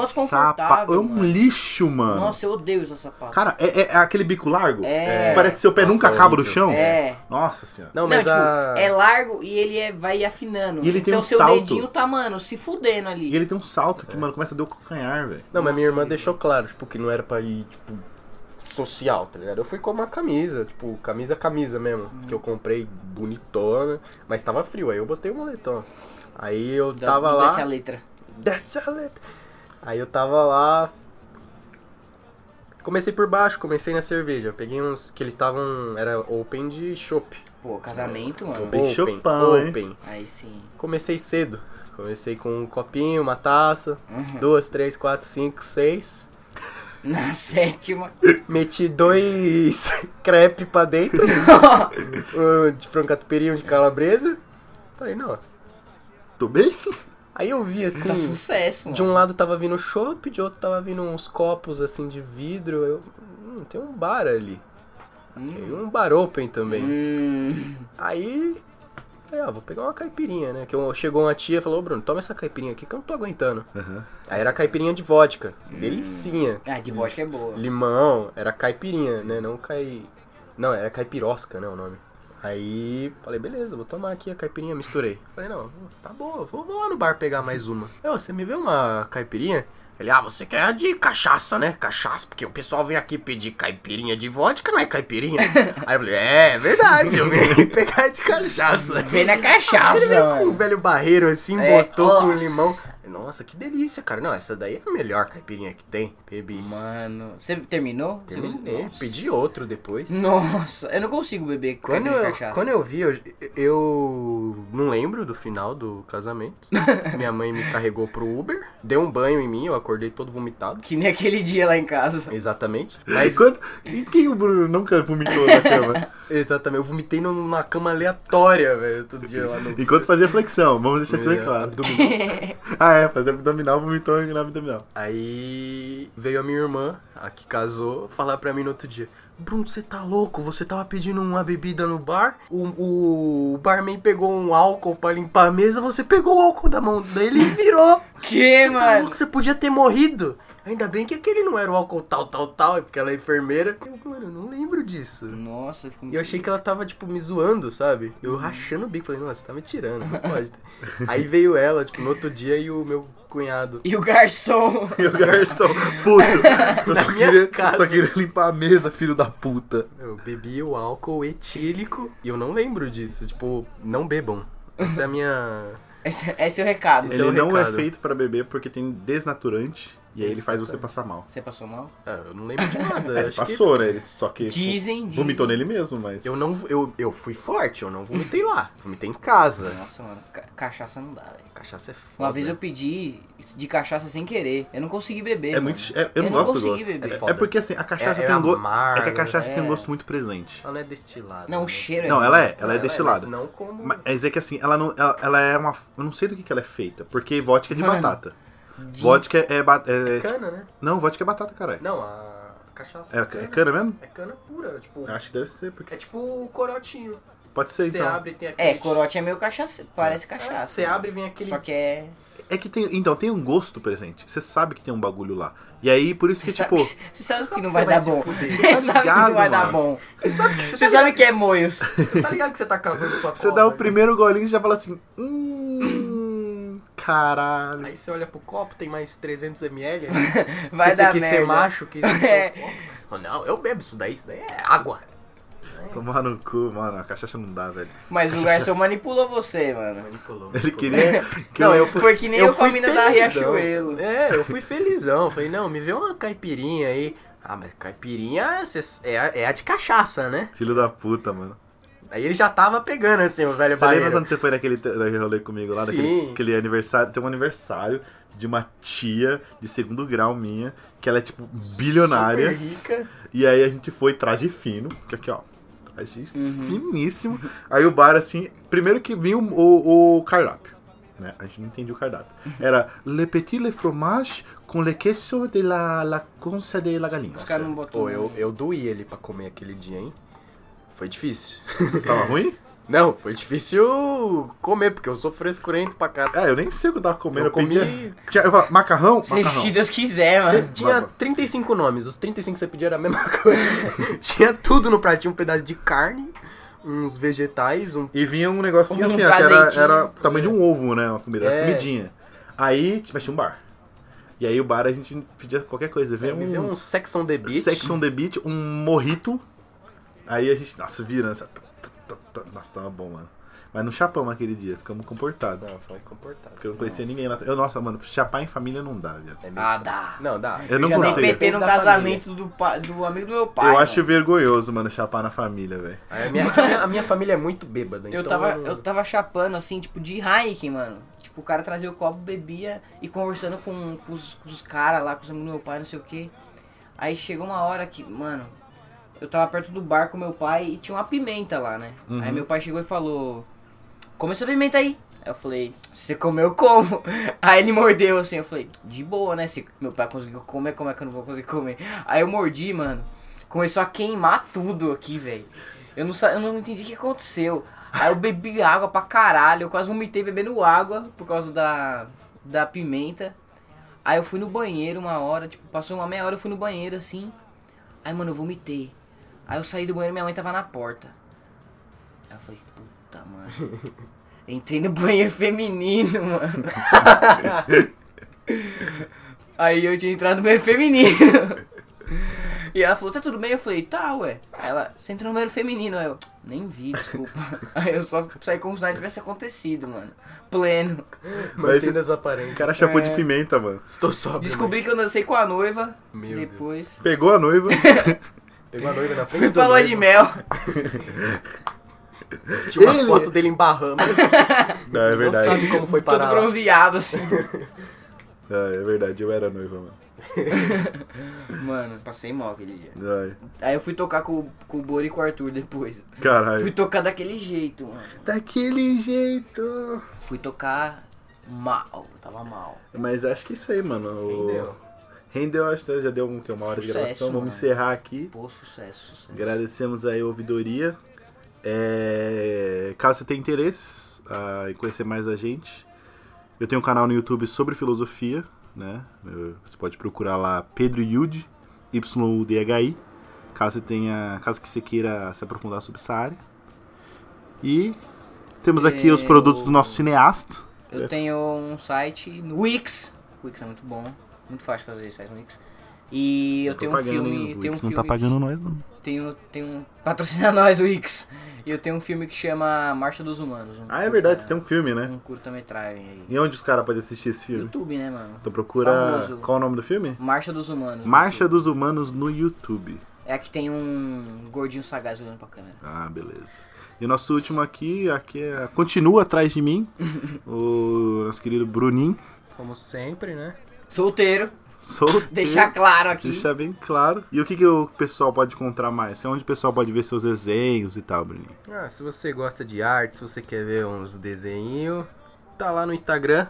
desconfortável,
um
mano.
lixo, mano.
Nossa, eu odeio usar sapato.
Cara, é, é- é aquele bico largo?
É.
Que Parece que seu pé
Nossa,
nunca acaba no
horrível.
chão?
É.
Nossa senhora.
Não,
Não,
mas
tipo,
a.
é largo e ele é, vai afinando.
E ele tem
então
um
seu
salto.
dedinho tá, mano, se fudendo ali.
E ele tem um salto que, mano, começa a dar o calcanhar, velho.
Não, mas minha
Nossa,
irmã
horrível.
deixou claro, tipo, que não era pra ir, tipo, social, tá ligado? Eu fui com uma camisa, tipo, camisa, camisa mesmo,
Hum.
que eu comprei bonitona, mas tava frio, aí eu botei o moletom. Aí eu
Da-
tava
não
lá.
desce a letra.
Desce a letra. Aí eu tava lá. Comecei por baixo, comecei na cerveja. Peguei uns que eles estavam. Era open de chopp.
Pô, casamento, mano.
Bem chopão, hein?
open.
Aí sim.
Comecei cedo. Comecei com um copinho, uma taça.
Uhum.
Duas, três, quatro, cinco, seis.
Na sétima.
Meti dois crepe pra dentro.
Tá
um de frango catupiry, um de calabresa. Falei, não.
Tô bem?
Aí eu vi assim.
Tá sucesso, mano.
De um lado tava vindo chopp, de outro tava vindo uns copos assim de vidro. Eu, hum, tem um bar ali. Tem um bar open também.
Hum.
Aí, aí, ó, vou pegar uma caipirinha, né? Que eu- chegou uma tia e falou: Ô Bruno, toma essa caipirinha aqui que eu não tô aguentando. Aí era caipirinha de vodka. Delicinha.
Ah, de vodka é
Hum.
boa.
Limão, era caipirinha, né? Não cai. Não, era caipirosca, né? O nome. Aí falei, beleza, vou tomar aqui a caipirinha, misturei. Falei, não, tá bom, vou, vou lá no bar pegar mais uma. Eu, você me vê uma caipirinha? Ele, ah, você quer a de cachaça, né? Cachaça, porque o pessoal vem aqui pedir caipirinha de vodka, não é caipirinha. Aí eu falei, é, é verdade, eu vim pegar de cachaça.
Vem na
Ele
cachaça,
veio com um
mano.
velho barreiro assim,
É,
botou com
nossa.
limão. Nossa, que delícia, cara. Não, essa daí é a melhor caipirinha que tem. Bebi
Mano, você terminou? Você-
Terminei,
Nossa.
pedi outro depois.
Nossa, eu não consigo beber
Quando
caipirinha de
eu,
cachaça.
quando eu vi, eu, eu não lembro do final do casamento. Minha mãe me carregou pro Uber, deu um banho em mim, eu acordei todo vomitado.
Que nem aquele dia lá em casa.
Exatamente.
Mas...
Mas,
Quanto... E quem o Bruno nunca vomitou na cama?
exatamente, eu vomitei no- numa cama aleatória, velho, outro dia lá no...
Enquanto fazia flexão, vamos deixar isso bem
É,
claro.
abdominal.
Ah, é, fazer abdominal, vomitou na abdominal.
Aí veio a minha irmã, a que casou, falar pra mim no outro dia. Bruno, você tá louco? Você tava pedindo uma bebida no bar, o, o barman pegou um álcool pra limpar a mesa, você pegou o álcool da mão dele e virou.
Que,
Você tá
mano?
louco? Você podia ter morrido. Ainda bem que aquele não era o álcool tal, tal, tal, é porque ela é enfermeira. Eu, mano, eu não lembro disso.
Nossa, ficou
E eu achei que ela tava, tipo, me zoando, sabe? Eu rachando o bico, falei, nossa, tá me tirando, não pode. Aí veio ela, tipo, no outro dia e o meu cunhado.
E o garçom.
E o garçom, puto, eu só
minha
queria,
casa.
só queria limpar a mesa, filho da puta.
Eu bebi o álcool etílico e eu não lembro disso. Tipo, não bebam. Essa é a minha.
Esse, esse é o recado.
Esse é
Ele
o
não é
recado.
feito pra beber porque tem desnaturante e aí ele faz você passar mal.
Você passou mal?
Ah, eu não lembro de nada.
Ele
acho que
passou, né? Ele, só que
Dizem, dizem.
vomitou nele mesmo, mas.
Eu não. Eu, eu fui forte, eu não vomitei lá. Vomitei em casa.
Nossa, mano, ca- cachaça não dá, velho.
Cachaça é foda.
Uma vez eu pedi de cachaça sem querer. Eu não consegui beber.
É
mano.
muito. é- eu, não
não
gosto do
consegui
gosto.
beber.
É, é porque assim, a cachaça
É- é
tem gosto.
amargo,
É que a cachaça tem um
é.
gosto muito presente.
Ela não é destilada.
Não, o
né?
cheiro é.
Não, ela é, ela é
mas
destilada.
Não como.
Mas é que assim, ela não. Ela, ela é uma. Eu não sei do que, que ela é feita. Porque vodka é de
Mano.
batata. Vodka é, ba- é-
Cana, né?
Não, vodka é batata, caralho.
Não, a cachaça.
É, é cana mesmo?
É cana pura. Tipo,
Acho que deve ser, porque.
é tipo o corotinho.
pode ser,
Você
então.
abre e tem aquele.
É, corote é meio cachaça. Parece cachaça.
Você abre e vem aquele.
Só que é.
É que tem. Então, tem um gosto presente. Você sabe que tem um bagulho lá. E aí, por isso que,
Você
tipo.
sabe, você sabe que não
você
vai,
vai
dar
se
bom.
fuder.
Você
Tá
sabe que
ligado,
não vai dar
mano.
bom.
Você sabe que você
Você sabe que é moios.
Você tá ligado que você tá cavando sua
Você
cova,
dá o
né?
primeiro golinho e já fala assim. Hum. Caralho.
Aí você olha pro copo, tem mais 300ml.
Vai
você
dar
quis ser
merda.
macho, quis ser
É.
copo. Fala, Não, eu bebo isso daí, isso daí é água.
Tomar no cu, mano. A cachaça não dá, velho.
Mas o garçom manipulou você, mano.
Manipulou.
Ele queria. que
Tipo, Não,
eu-
eu fui,
Foi que nem eu,
eu
com a
fui
mina da
felizão.
Riachuelo.
É, eu fui felizão. Falei, não, me vê uma caipirinha aí. Ah, mas caipirinha é, é a- é a de cachaça, né?
Filho da puta, mano.
Aí ele já tava pegando, assim, o velho
Você lembra
barreiro.
quando você foi naquele, te- naquele rolê comigo lá? Naquele
Sim.
aquele aniversário. Tem um aniversário de uma tia de segundo grau minha, que ela é tipo bilionária.
Super rica.
E aí a gente foi traje fino, que aqui ó, traje finíssimo. Aí o bar assim, primeiro que vinha o, o, o cardápio, né? A gente não entendia o cardápio. Era le petit le fromage com le queso de la, la concha de la galinha.
Os caras não botou.
Pô, eu, eu doí ele pra comer aquele dia, hein? Foi difícil.
Tava ruim?
Não, foi difícil comer, porque eu sou frescurento pra cá.
É, eu nem sei o que eu tava comendo.
Eu
Eu, pedia-
comi-
tinha- eu falava, macarrão?
Seja o que
Macarrão.
Deus quiser, mano.
Tinha
Baba.
35 nomes, os 35 que você pedia era a mesma coisa. Tinha tudo no pratinho, um pedaço de carne, uns vegetais, um...
E vinha um negocinho
Um
assim, ó, que era,
frazentinho.
era o tamanho de um ovo, né? Uma comida, era
É.
comidinha. Aí, tipo, tinha um bar. E aí o bar a gente pedia qualquer coisa. Vinha
Me
um,
deu um sex on the beach.
Sex on the Beach, um morrito. Aí a gente, nossa, virando. assim, tá, tá, tá, tá. Nossa, tava bom, mano. Mas não chapamos aquele dia, ficamos comportados.
Não, foi comportado.
Porque eu não conhecia ninguém lá. Eu, nossa, mano, chapar em família não dá, velho.
É meio
Ah,
estranho.
dá.
Não, dá.
Eu não
já dei
consigo.
PT no
Da família.
casamento do, pa- do amigo do meu pai.
eu
mano.
acho vergonhoso, mano, chapar na família, velho.
A minha, a minha família é muito bêbada,
Eu
então
tava,
não-
eu tava chapando, assim, tipo, de Heineken, mano. Tipo, o cara trazia o copo, bebia e conversando com, com os, com os caras lá, com os amigos do meu pai, não sei o que. Aí chegou uma hora que, mano, eu tava perto do bar com meu pai e tinha uma pimenta lá, né? Aí meu pai chegou e falou, come essa pimenta aí. Aí eu falei, você comeu como? Aí ele mordeu assim, eu falei, de boa, né? Se meu pai conseguiu comer, como é que eu não vou conseguir comer? Aí eu mordi, mano. Começou a queimar tudo aqui, velho. Eu não, sa- eu não entendi o que aconteceu. Aí eu bebi água pra caralho, eu quase vomitei bebendo água por causa da, da pimenta. Aí eu fui no banheiro uma hora, tipo, passou uma meia hora, eu fui no banheiro assim. Aí, mano, eu vomitei. Aí eu saí do banheiro, minha mãe tava na porta. Aí eu falei, puta, mano. Entrei no banheiro feminino, mano. Aí eu tinha entrado no banheiro feminino. E ela falou, tá tudo bem? Eu falei, tá, ué. Aí ela, você entrou no banheiro feminino. Aí eu, nem vi, desculpa. Aí eu só saí como se nada tivesse acontecido, mano. Pleno.
mantendo
Mas-
as
O
aparências.
cara chapou de pimenta, mano.
Estou só.
Descobri que eu dancei com a noiva.
Meu
depois.
Pegou a noiva.
tipo, Pegou a noiva na frente
Fui
do
pra lua de
noivo.
mel.
Tinha uma
Ele-
foto dele em Bahamas.
não, é
Não
verdade.
sabe como foi
Todo
parar lá.
bronzeado, assim.
Não, é verdade, eu era noiva, mano.
Mano, passei mal aquele dia.
Ai,
Aí eu fui tocar com, com o Bori e com o Arthur depois. Fui
caralho.
tocar daquele jeito, mano.
Daquele jeito.
Fui tocar mal, tava mal.
Mas acho que é isso aí, mano. o-
Rendeu.
Rendeu, acho que já deu um, que, uma hora de
Sucesso,
gravação.
mano.
Vamos encerrar aqui.
Pô, sucesso, sucesso.
Agradecemos aí a ouvidoria. É, caso você tenha interesse ah, em conhecer mais a gente, eu tenho um canal no YouTube sobre filosofia, né? Eu- Você pode procurar lá Pedro Yude, Y-U-D-H-I, caso você tenha, caso que você queira se aprofundar sobre essa área. E temos aqui os
Eu-
produtos do nosso cineasta.
Eu tenho um site no Wix. Wix é muito bom. Muito fácil fazer site no Wix. E eu tenho um
Propaganda,
filme.
hein? O
Tenho um
Wix não
filme
tá pagando nós, não.
Tenho, tenho. um, Patrocina nós, Wix. E eu tenho um filme que chama Marcha dos Humanos. um
Ah, é verdade, você
curta-
tem um filme, né?
Um curta-metragem aí.
E onde os caras podem assistir esse filme?
YouTube, né, mano?
Então procura.
Famoso.
Qual o nome do filme?
Marcha dos Humanos.
Marcha dos Humanos no YouTube.
É a que tem um gordinho sagaz olhando pra câmera.
Ah, beleza. E o nosso último aqui, aqui é. Continua atrás de mim. o nosso querido Bruninho.
Como sempre, né?
Solteiro,
Solteiro.
deixar claro aqui.
Deixar bem claro. E o que, que o pessoal pode encontrar mais? É onde o pessoal pode ver seus desenhos e tal, Bruninho.
Ah, se você gosta de arte, se você quer ver uns desenhinhos, tá lá no Instagram,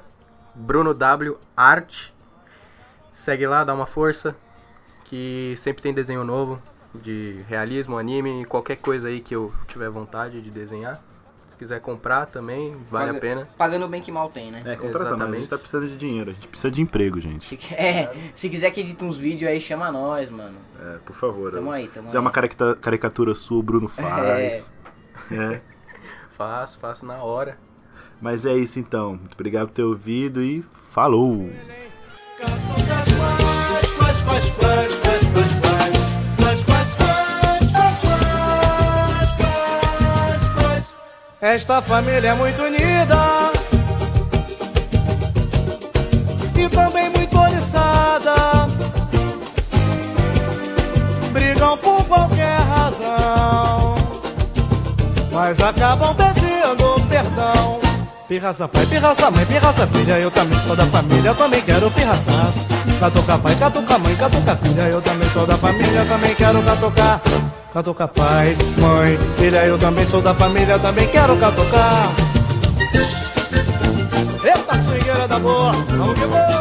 Bruno W Arte. Segue lá, dá uma força, que sempre tem desenho novo de realismo, anime, qualquer coisa aí que eu tiver vontade de desenhar. Se quiser comprar também, vale
Paga-
a pena.
Pagando bem que mal tem, né?
É, contratando. A gente
Exatamente.
tá precisando de dinheiro, a gente precisa de emprego, gente.
Se, é, se quiser que edite uns vídeos aí, chama nós, mano.
É, por favor.
Tamo
eu-
aí, tamo
Se é uma
aí.
caricata- caricatura sua, o Bruno faz. É.
Faço, faço na hora.
Mas é isso então. Muito obrigado por ter ouvido e falou!
Esta família é muito unida e também muito oriçada. Brigam por qualquer razão, mas
mas acabam pedindo perdão. Pirraça pai, pirraça mãe, pirraça filha, eu também sou da família, eu também quero pirraçar. Catuca pai, catuca mãe, catuca filha, eu também sou da família, eu também quero catucar. Catuca pai, mãe, filha, eu também sou da família, eu também quero catucar. Eita, swingueira da boa, vamos que vamos!